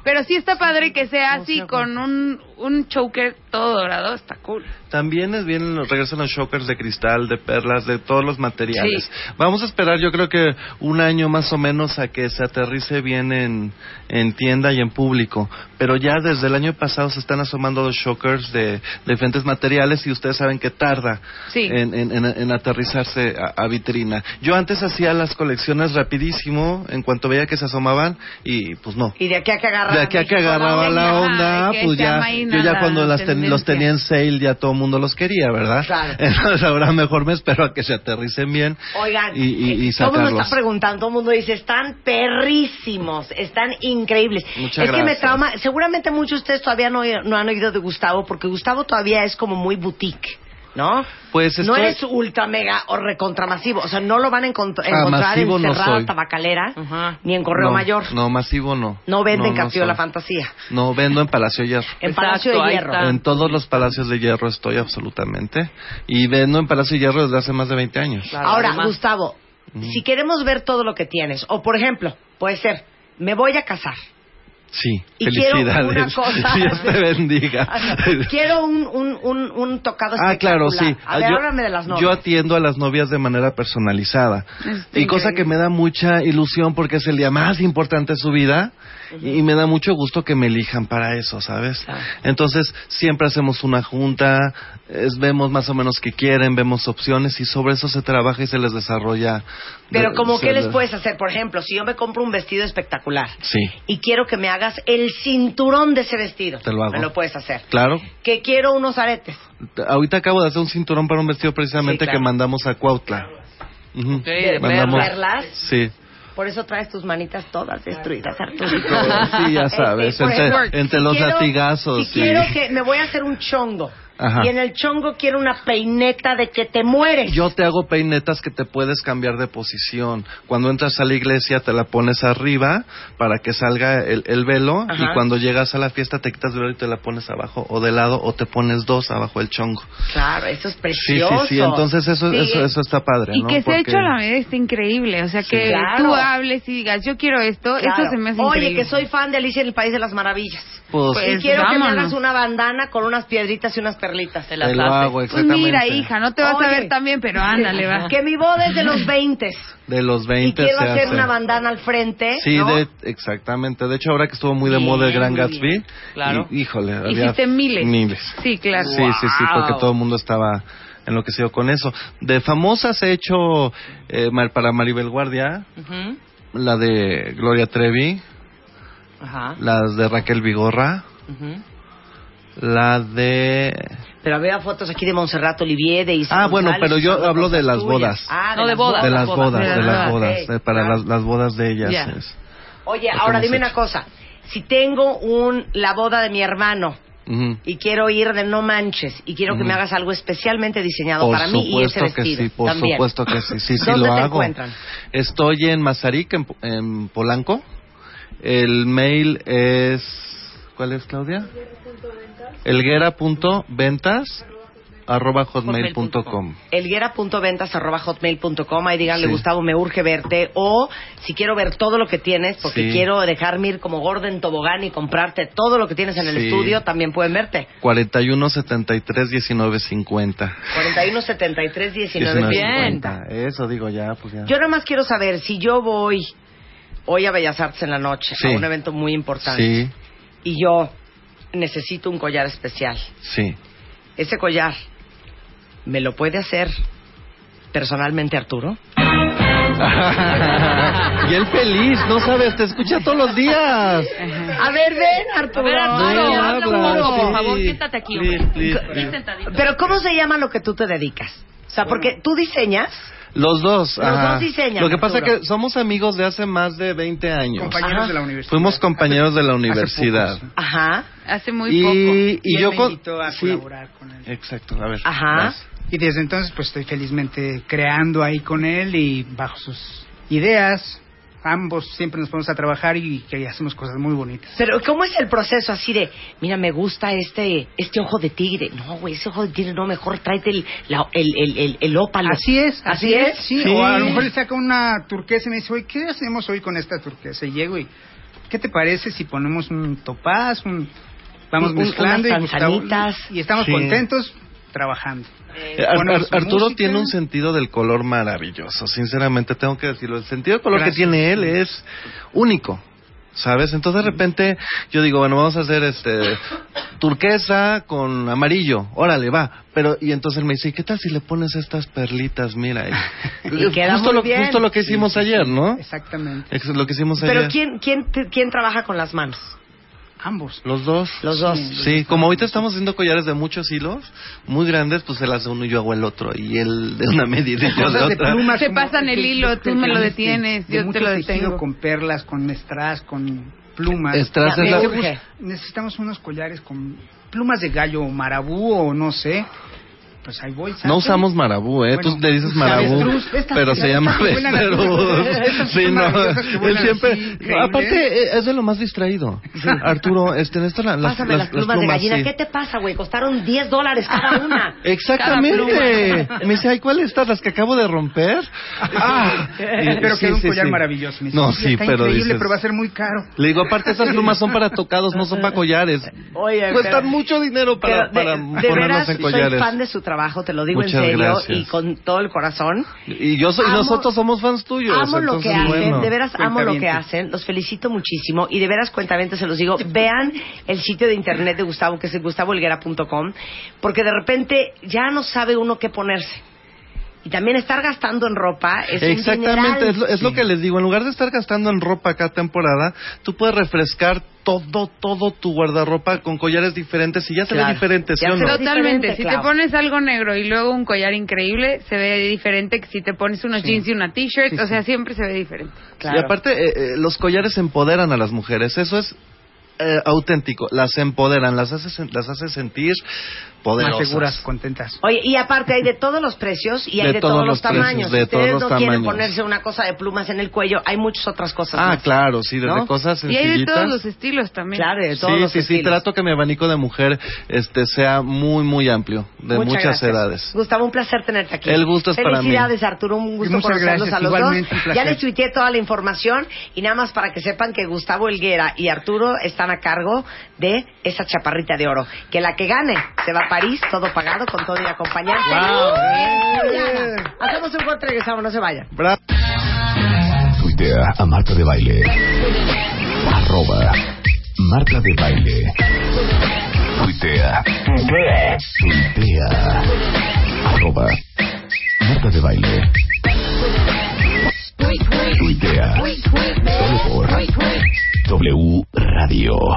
[SPEAKER 9] Pero sí está padre que sea así, con un, un choker todo dorado. Está cool.
[SPEAKER 8] También es bien, regresan los shockers de cristal, de perlas, de todos los materiales. Vamos a esperar, yo creo que un año más o menos a que se aterrice bien en, en tienda y en público. Pero ya desde el año pasado se están asomando los shockers de, de diferentes materiales y ustedes saben que tarda
[SPEAKER 9] Sí.
[SPEAKER 8] en, en- en- en aterrizarse a, a vitrina. Yo antes hacía las colecciones rapidísimo en cuanto veía que se asomaban y pues no.
[SPEAKER 4] Y de aquí a que agarra.
[SPEAKER 8] De aquí a que agarraba la onda, pues ya, yo ya cuando las ten- los tenía en sale ya todo el mundo los quería, ¿verdad?
[SPEAKER 4] Claro.
[SPEAKER 8] Entonces ahora mejor me espero a que se aterricen bien
[SPEAKER 4] Oigan, eh,
[SPEAKER 8] y, y, y
[SPEAKER 4] todo el mundo
[SPEAKER 8] sacarlos.
[SPEAKER 4] está preguntando, todo el mundo dice, están perrísimos, están increíbles.
[SPEAKER 8] Muchas
[SPEAKER 4] es que me
[SPEAKER 8] gracias.
[SPEAKER 4] trauma, seguramente muchos de ustedes todavía no, no han oído de Gustavo, porque Gustavo todavía es como muy boutique, ¿no?
[SPEAKER 8] Pues
[SPEAKER 4] No
[SPEAKER 8] estoy-
[SPEAKER 4] eres ultra mega o recontramasivo, o sea, no lo van a encont-
[SPEAKER 8] Ah,
[SPEAKER 4] encontrar
[SPEAKER 8] masivo
[SPEAKER 4] en
[SPEAKER 8] no
[SPEAKER 4] Cerrada
[SPEAKER 8] soy.
[SPEAKER 4] Tabacalera, ni en Correo
[SPEAKER 8] No,
[SPEAKER 4] Mayor.
[SPEAKER 8] No, masivo no.
[SPEAKER 4] No venden
[SPEAKER 8] no
[SPEAKER 4] Castillo de la
[SPEAKER 8] soy.
[SPEAKER 4] Fantasía,
[SPEAKER 8] No, vendo en Palacio Hierro.
[SPEAKER 4] en Palacio de
[SPEAKER 3] ahí
[SPEAKER 4] Hierro.
[SPEAKER 3] está.
[SPEAKER 8] En todos los Palacios de Hierro estoy absolutamente. Y vendo en Palacio Hierro desde hace más de 20 años.
[SPEAKER 4] Ahora,
[SPEAKER 3] además.
[SPEAKER 4] Gustavo, si queremos ver todo lo que tienes, o por ejemplo, puede ser, me voy a casar.
[SPEAKER 8] Sí,
[SPEAKER 4] Y quiero una
[SPEAKER 8] felicidades.
[SPEAKER 4] cosa.
[SPEAKER 8] Dios te bendiga.
[SPEAKER 4] Ah, Quiero un, un, un, un tocado
[SPEAKER 8] Ah, claro, sí.
[SPEAKER 4] espectacular. A ver,
[SPEAKER 8] yo,
[SPEAKER 4] háblame de las novias. Este,
[SPEAKER 8] yo atiendo a las novias de manera personalizada.
[SPEAKER 9] Está
[SPEAKER 8] Y cosa que me da mucha ilusión porque es el día más importante de su vida y me da mucho gusto que me elijan para eso, ¿sabes? Entonces, siempre hacemos una junta, es- vemos más o menos qué quieren, vemos opciones y sobre eso se trabaja y se les desarrolla.
[SPEAKER 4] Pero
[SPEAKER 8] de-
[SPEAKER 4] como
[SPEAKER 8] se
[SPEAKER 4] qué les
[SPEAKER 8] les-
[SPEAKER 4] puedes hacer, por ejemplo, si yo me compro un vestido espectacular
[SPEAKER 8] Sí,
[SPEAKER 4] y quiero que me hagas el cinturón de ese vestido,
[SPEAKER 8] Te lo hago.
[SPEAKER 4] me lo puedes hacer.
[SPEAKER 8] claro.
[SPEAKER 4] Que quiero unos aretes.
[SPEAKER 8] T- Ahorita acabo de hacer un cinturón para un vestido precisamente
[SPEAKER 4] Sí, claro.
[SPEAKER 8] que mandamos a Cuautla. Ujú.
[SPEAKER 3] Sí, de
[SPEAKER 8] Mandamos-
[SPEAKER 3] perlas.
[SPEAKER 4] Perlas.
[SPEAKER 8] Sí.
[SPEAKER 4] Por eso traes tus manitas todas destruidas, Arturo.
[SPEAKER 8] Sí, ya sabes,
[SPEAKER 4] Eh, por
[SPEAKER 8] entre- entre los
[SPEAKER 4] quiero-
[SPEAKER 8] latigazos
[SPEAKER 4] Si
[SPEAKER 8] y-
[SPEAKER 4] quiero que me voy a hacer un chongo.
[SPEAKER 8] Ajá.
[SPEAKER 4] Y en el chongo quiero una peineta de que te mueres.
[SPEAKER 8] Yo te hago peinetas que te puedes cambiar de posición. Cuando entras a la iglesia te la pones arriba para que salga el, el velo
[SPEAKER 4] Ajá.
[SPEAKER 8] y cuando llegas a la fiesta te quitas el velo y te la pones abajo o de lado o te pones dos abajo el chongo.
[SPEAKER 4] Claro, eso es
[SPEAKER 8] Sí, sí,
[SPEAKER 4] precioso.
[SPEAKER 8] sí, entonces eso,
[SPEAKER 9] Sí.
[SPEAKER 8] eso, eso está padre.
[SPEAKER 11] Este,
[SPEAKER 9] Y
[SPEAKER 8] ¿no?
[SPEAKER 9] que se ha
[SPEAKER 8] Porque-
[SPEAKER 9] hecho a la medida está increíble. O sea, que
[SPEAKER 4] Claro.
[SPEAKER 9] tú hables y digas, yo quiero esto,
[SPEAKER 4] Claro.
[SPEAKER 9] eso se me hace
[SPEAKER 4] Oye,
[SPEAKER 9] increíble.
[SPEAKER 4] que soy fan de Alicia en el País de las Maravillas.
[SPEAKER 8] Pues,
[SPEAKER 4] y quiero que me
[SPEAKER 9] vámonos.
[SPEAKER 4] hagas una bandana con unas piedritas y unas perlitas.
[SPEAKER 8] Te lo hago, eh.
[SPEAKER 9] Pues mira,
[SPEAKER 8] exactamente.
[SPEAKER 9] hija, no te vas
[SPEAKER 4] Oye.
[SPEAKER 9] a ver tan bien, pero ándale, va.
[SPEAKER 4] Que mi boda es de los 20
[SPEAKER 8] De los
[SPEAKER 4] y
[SPEAKER 8] 20
[SPEAKER 4] quiero
[SPEAKER 8] se
[SPEAKER 4] hacer
[SPEAKER 8] hace.
[SPEAKER 4] una bandana al frente.
[SPEAKER 8] Sí,
[SPEAKER 4] ¿no?
[SPEAKER 8] de- exactamente. De hecho, ahora que estuvo muy de moda el
[SPEAKER 4] Bien,
[SPEAKER 8] Gran
[SPEAKER 4] muy
[SPEAKER 8] Gatsby,
[SPEAKER 4] Claro.
[SPEAKER 8] y- híjole, había
[SPEAKER 9] Hiciste miles.
[SPEAKER 8] miles.
[SPEAKER 9] Sí, claro.
[SPEAKER 8] Sí, sí, sí, porque
[SPEAKER 9] Wow.
[SPEAKER 8] todo el mundo estaba enloquecido con eso. De famosas he hecho eh, mar- para Maribel Guardia,
[SPEAKER 3] Ujú.
[SPEAKER 8] la de Gloria Trevi,
[SPEAKER 4] Ajá.
[SPEAKER 8] las de Raquel Vigorra,
[SPEAKER 4] Ujú.
[SPEAKER 8] la de...
[SPEAKER 4] Pero había fotos aquí de Monserrat Olivier, de Isa
[SPEAKER 8] Ah, bueno,
[SPEAKER 4] González,
[SPEAKER 8] pero yo
[SPEAKER 4] fotos
[SPEAKER 8] hablo de las
[SPEAKER 4] tuyas.
[SPEAKER 8] bodas.
[SPEAKER 4] Ah,
[SPEAKER 3] No, de bodas.
[SPEAKER 8] De las bodas, de las bodas,
[SPEAKER 4] Ok.
[SPEAKER 8] eh, para las, las bodas de ellas.
[SPEAKER 4] Ya.
[SPEAKER 8] es.
[SPEAKER 4] Oye,
[SPEAKER 8] Lo que
[SPEAKER 4] ahora
[SPEAKER 8] hemos
[SPEAKER 4] dime
[SPEAKER 8] hecho.
[SPEAKER 4] una cosa. Si tengo un la boda de mi hermano
[SPEAKER 8] Ujú.
[SPEAKER 4] y quiero ir de no manches y quiero que
[SPEAKER 8] Ujú.
[SPEAKER 4] me hagas algo especialmente diseñado
[SPEAKER 8] Por
[SPEAKER 4] para mí y ese
[SPEAKER 8] supuesto que
[SPEAKER 4] vestido.
[SPEAKER 8] sí, por
[SPEAKER 4] también.
[SPEAKER 8] supuesto que sí, sí, sí
[SPEAKER 4] ¿Dónde
[SPEAKER 8] lo
[SPEAKER 4] te
[SPEAKER 8] hago.
[SPEAKER 4] encuentran?
[SPEAKER 8] Estoy en Mazarik, en, Po- en Polanco. El mail es ¿cuál es Claudia? Elguera.ventas arroba hotmail.com.
[SPEAKER 4] elguera.ventas.hotmail.com Ahí díganle,
[SPEAKER 8] Sí.
[SPEAKER 4] Gustavo, me urge verte. O si quiero ver todo lo que tienes, porque
[SPEAKER 8] Sí.
[SPEAKER 4] quiero dejarme ir como Gordon Tobogán y comprarte todo lo que tienes en el
[SPEAKER 8] Sí.
[SPEAKER 4] estudio, también pueden verte.
[SPEAKER 8] 41 73 19 50.
[SPEAKER 4] 41 73 19
[SPEAKER 8] 19
[SPEAKER 4] Bien.
[SPEAKER 8] 50. Eso digo ya, pues ya.
[SPEAKER 4] Yo nada más quiero saber si yo voy hoy a Bellas Artes en la noche,
[SPEAKER 8] Sí.
[SPEAKER 4] a un evento muy importante,
[SPEAKER 8] sí,
[SPEAKER 4] y yo necesito un collar especial.
[SPEAKER 8] sí.
[SPEAKER 4] Ese collar, ¿me lo puede hacer personalmente Arturo?
[SPEAKER 8] y él feliz, no sabes, te escucha todos los días.
[SPEAKER 4] A ver, ven Arturo.
[SPEAKER 3] A ver, Arturo,
[SPEAKER 8] Ay,
[SPEAKER 3] habla
[SPEAKER 8] habla,
[SPEAKER 3] un poco, por
[SPEAKER 8] sí.
[SPEAKER 3] favor, siéntate aquí.
[SPEAKER 8] Please,
[SPEAKER 3] hombre.
[SPEAKER 8] please,
[SPEAKER 3] Ven
[SPEAKER 8] please.
[SPEAKER 3] sentadito.
[SPEAKER 4] Pero ¿cómo se llama lo que tú te dedicas? O sea, porque tú diseñas,
[SPEAKER 8] Los dos.
[SPEAKER 4] Los
[SPEAKER 8] ajá.
[SPEAKER 4] dos diseñan,
[SPEAKER 8] Lo que pasa
[SPEAKER 4] Arturo.
[SPEAKER 8] que somos amigos de hace más de 20 años.
[SPEAKER 11] Compañeros
[SPEAKER 4] Ajá.
[SPEAKER 11] de la universidad.
[SPEAKER 8] Fuimos compañeros de la
[SPEAKER 11] Hace
[SPEAKER 8] universidad.
[SPEAKER 11] poco,
[SPEAKER 4] ajá,
[SPEAKER 9] Hace muy
[SPEAKER 8] y,
[SPEAKER 9] poco.
[SPEAKER 8] y
[SPEAKER 11] él
[SPEAKER 8] yo
[SPEAKER 11] me
[SPEAKER 8] con-
[SPEAKER 11] invitó a
[SPEAKER 8] sí,
[SPEAKER 11] colaborar con él.
[SPEAKER 8] Exacto, a ver.
[SPEAKER 4] Ajá.
[SPEAKER 8] vas.
[SPEAKER 11] Y desde entonces pues estoy felizmente creando ahí con él y bajo sus ideas. Ambos siempre nos ponemos a trabajar y que hacemos cosas muy bonitas.
[SPEAKER 4] Pero ¿cómo es el proceso así de, mira, me gusta este este ojo de tigre? No, güey, ese ojo de tigre no, mejor tráete el, la- el, el, el, el ópalo.
[SPEAKER 11] Así es, así,
[SPEAKER 4] así es.
[SPEAKER 11] es. Sí,
[SPEAKER 8] Sí.
[SPEAKER 11] o a lo mejor le saca una turquesa y me dice, oye, ¿qué hacemos hoy con esta turquesa? Y llego y, ¿qué te parece si ponemos un topaz? Un... Vamos
[SPEAKER 4] Un- un-
[SPEAKER 11] mezclando
[SPEAKER 4] unas
[SPEAKER 11] y,
[SPEAKER 4] tanzanitas.
[SPEAKER 11] y estamos
[SPEAKER 8] Sí.
[SPEAKER 11] contentos trabajando.
[SPEAKER 8] Eh, Ar-
[SPEAKER 11] Bueno,
[SPEAKER 8] Ar-
[SPEAKER 11] su
[SPEAKER 8] Arturo
[SPEAKER 11] música.
[SPEAKER 8] tiene un sentido del color maravilloso, sinceramente tengo que decirlo. El sentido del color
[SPEAKER 11] Gracias.
[SPEAKER 8] que tiene él es único, ¿sabes? Entonces de repente yo digo, bueno, vamos a hacer este turquesa con amarillo, órale, va. Pero, y entonces él me dice, ¿y qué tal si le pones estas perlitas? Mira, y-
[SPEAKER 4] Y queda
[SPEAKER 8] justo,
[SPEAKER 4] muy
[SPEAKER 8] lo,
[SPEAKER 4] bien.
[SPEAKER 8] justo lo que hicimos ayer, ¿no?
[SPEAKER 11] Exactamente.
[SPEAKER 8] Es lo que hicimos ayer.
[SPEAKER 4] Pero ¿quién, quién, te- ¿quién trabaja con las manos?
[SPEAKER 11] Ambos.
[SPEAKER 8] Los dos.
[SPEAKER 4] Los dos.
[SPEAKER 8] Sí, como ahorita estamos haciendo collares de muchos hilos, muy grandes, pues él hace uno y yo hago el otro, y él de una medida y yo de
[SPEAKER 11] Cosas de
[SPEAKER 8] otra.
[SPEAKER 11] plumas
[SPEAKER 9] Se
[SPEAKER 11] como-
[SPEAKER 9] pasan el
[SPEAKER 11] de-
[SPEAKER 9] hilo,
[SPEAKER 11] de-
[SPEAKER 9] tú
[SPEAKER 11] de-
[SPEAKER 9] me lo
[SPEAKER 11] de-
[SPEAKER 9] detienes,
[SPEAKER 11] de
[SPEAKER 9] yo te
[SPEAKER 11] mucho
[SPEAKER 9] lo
[SPEAKER 11] tejido
[SPEAKER 9] detengo.
[SPEAKER 11] con perlas, con strass, con plumas.
[SPEAKER 8] Strass
[SPEAKER 4] Ya, es me la- urge.
[SPEAKER 11] urge. Necesitamos unos collares con plumas de gallo o marabú o no sé. Pues ahí voy.
[SPEAKER 8] No
[SPEAKER 11] saco.
[SPEAKER 8] usamos marabú, ¿eh?
[SPEAKER 11] Bueno,
[SPEAKER 8] Tú le dices marabú,
[SPEAKER 11] avestruz, estas
[SPEAKER 8] pero se
[SPEAKER 11] que
[SPEAKER 8] llama
[SPEAKER 11] vuelan así,
[SPEAKER 8] avestruz.
[SPEAKER 11] estas que
[SPEAKER 8] Sí,
[SPEAKER 11] son maravillosas que
[SPEAKER 8] no, él
[SPEAKER 11] vuelan
[SPEAKER 8] siempre...
[SPEAKER 11] así, increíble.
[SPEAKER 8] aparte, eh, es de lo más distraído. Arturo, este, esto la- las,
[SPEAKER 4] Pásame las, plumas, de gallina.
[SPEAKER 8] sí.
[SPEAKER 4] ¿Qué te pasa, güey? Costaron 10 dólares cada una.
[SPEAKER 8] Exactamente. Me dice, ay, ¿cuál estas? ¿Las que acabo de romper? Ah,
[SPEAKER 11] Eh, Pero
[SPEAKER 8] Sí,
[SPEAKER 11] queda un
[SPEAKER 8] sí,
[SPEAKER 11] collar
[SPEAKER 8] sí.
[SPEAKER 11] maravilloso. me dice,
[SPEAKER 8] No,
[SPEAKER 11] "Oye,
[SPEAKER 8] sí,
[SPEAKER 11] está
[SPEAKER 8] pero
[SPEAKER 11] increíble,
[SPEAKER 8] dices-
[SPEAKER 11] pero va a ser muy caro.
[SPEAKER 8] Le digo, aparte esas plumas son para tocados, no son para collares.
[SPEAKER 4] Oye,
[SPEAKER 8] Cuestan
[SPEAKER 4] pero-
[SPEAKER 8] mucho dinero para,
[SPEAKER 4] Pero
[SPEAKER 8] para
[SPEAKER 4] de, de
[SPEAKER 8] ponernos
[SPEAKER 4] veras,
[SPEAKER 8] en collares.
[SPEAKER 4] soy fan de su trabajo, te lo digo en
[SPEAKER 8] Muchas
[SPEAKER 4] serio
[SPEAKER 8] gracias.
[SPEAKER 4] y con todo el corazón.
[SPEAKER 8] Y yo soy, y
[SPEAKER 4] Amo-
[SPEAKER 8] nosotros somos fans tuyos.
[SPEAKER 4] amo lo que
[SPEAKER 8] entonces,
[SPEAKER 4] hacen,
[SPEAKER 8] bueno.
[SPEAKER 4] de veras amo lo que
[SPEAKER 11] Cuentavientes.
[SPEAKER 4] hacen, los felicito muchísimo y de veras cuentamente se los digo, vean el sitio de internet de Gustavo que es gustavoelguera.com porque de repente ya no sabe uno qué ponerse. Y también estar gastando en ropa es un
[SPEAKER 8] Exactamente,
[SPEAKER 4] dineral.
[SPEAKER 8] es, lo, es lo que les digo. En lugar de estar gastando en ropa cada temporada, tú puedes refrescar todo, todo tu guardarropa con collares diferentes y ya se
[SPEAKER 4] Claro.
[SPEAKER 8] ve diferente, ¿sí
[SPEAKER 4] Ya
[SPEAKER 8] o
[SPEAKER 4] se
[SPEAKER 8] no?
[SPEAKER 4] ve
[SPEAKER 9] Totalmente,
[SPEAKER 4] diferente,
[SPEAKER 9] si
[SPEAKER 4] Clau.
[SPEAKER 9] te pones algo negro y luego un collar increíble, se ve diferente que si te pones unos jeans y una t-shirt, o sea, siempre se ve diferente.
[SPEAKER 4] Claro.
[SPEAKER 8] Y aparte, eh, eh, los collares empoderan a las mujeres. Eso es eh, auténtico, las empoderan, las hace, sen- las hace sentir poderosas.
[SPEAKER 11] Más seguras, contentas.
[SPEAKER 4] Oye, y aparte hay de todos los precios y hay de,
[SPEAKER 8] De
[SPEAKER 4] todos,
[SPEAKER 8] todos
[SPEAKER 4] los
[SPEAKER 8] los precios,
[SPEAKER 4] tamaños.
[SPEAKER 8] de
[SPEAKER 4] si ustedes
[SPEAKER 8] todos
[SPEAKER 4] no
[SPEAKER 8] los
[SPEAKER 4] quieren
[SPEAKER 8] tamaños.
[SPEAKER 4] ponerse una cosa de plumas en el cuello, hay muchas otras cosas.
[SPEAKER 8] Ah,
[SPEAKER 4] más.
[SPEAKER 8] claro, sí, desde
[SPEAKER 4] ¿No?
[SPEAKER 8] cosas
[SPEAKER 4] Y
[SPEAKER 8] sencillitas.
[SPEAKER 4] hay de
[SPEAKER 9] todos los estilos también.
[SPEAKER 4] Claro, de todos
[SPEAKER 8] sí,
[SPEAKER 4] los
[SPEAKER 8] sí, sí,
[SPEAKER 4] estilos.
[SPEAKER 8] trato que mi abanico de mujer este sea muy, muy amplio, de muchas
[SPEAKER 4] gracias.
[SPEAKER 8] edades.
[SPEAKER 4] Gustavo, un placer tenerte aquí.
[SPEAKER 8] El gusto es para mí.
[SPEAKER 4] Felicidades, Arturo, un
[SPEAKER 8] Y
[SPEAKER 4] gusto
[SPEAKER 8] muchas
[SPEAKER 4] conocerlos
[SPEAKER 8] gracias,
[SPEAKER 4] a los
[SPEAKER 8] igualmente un
[SPEAKER 4] dos. Ya
[SPEAKER 8] placer.
[SPEAKER 4] les tuiteé toda la información y nada más para que sepan que Gustavo Elguera y Arturo están a cargo de esa chaparrita de oro. Que la que gane se va a París, todo pagado, con todo y acompañante.
[SPEAKER 5] Wow.
[SPEAKER 4] ¡Eh, Juliana! Hacemos un corte, regresamos, no se vayan.
[SPEAKER 1] Tuitea a Marta de Baile. Arroba Marta de Baile. Tuitea. Tuitea. Arroba Marta de Baile. Tuitea. Solo por W Radio.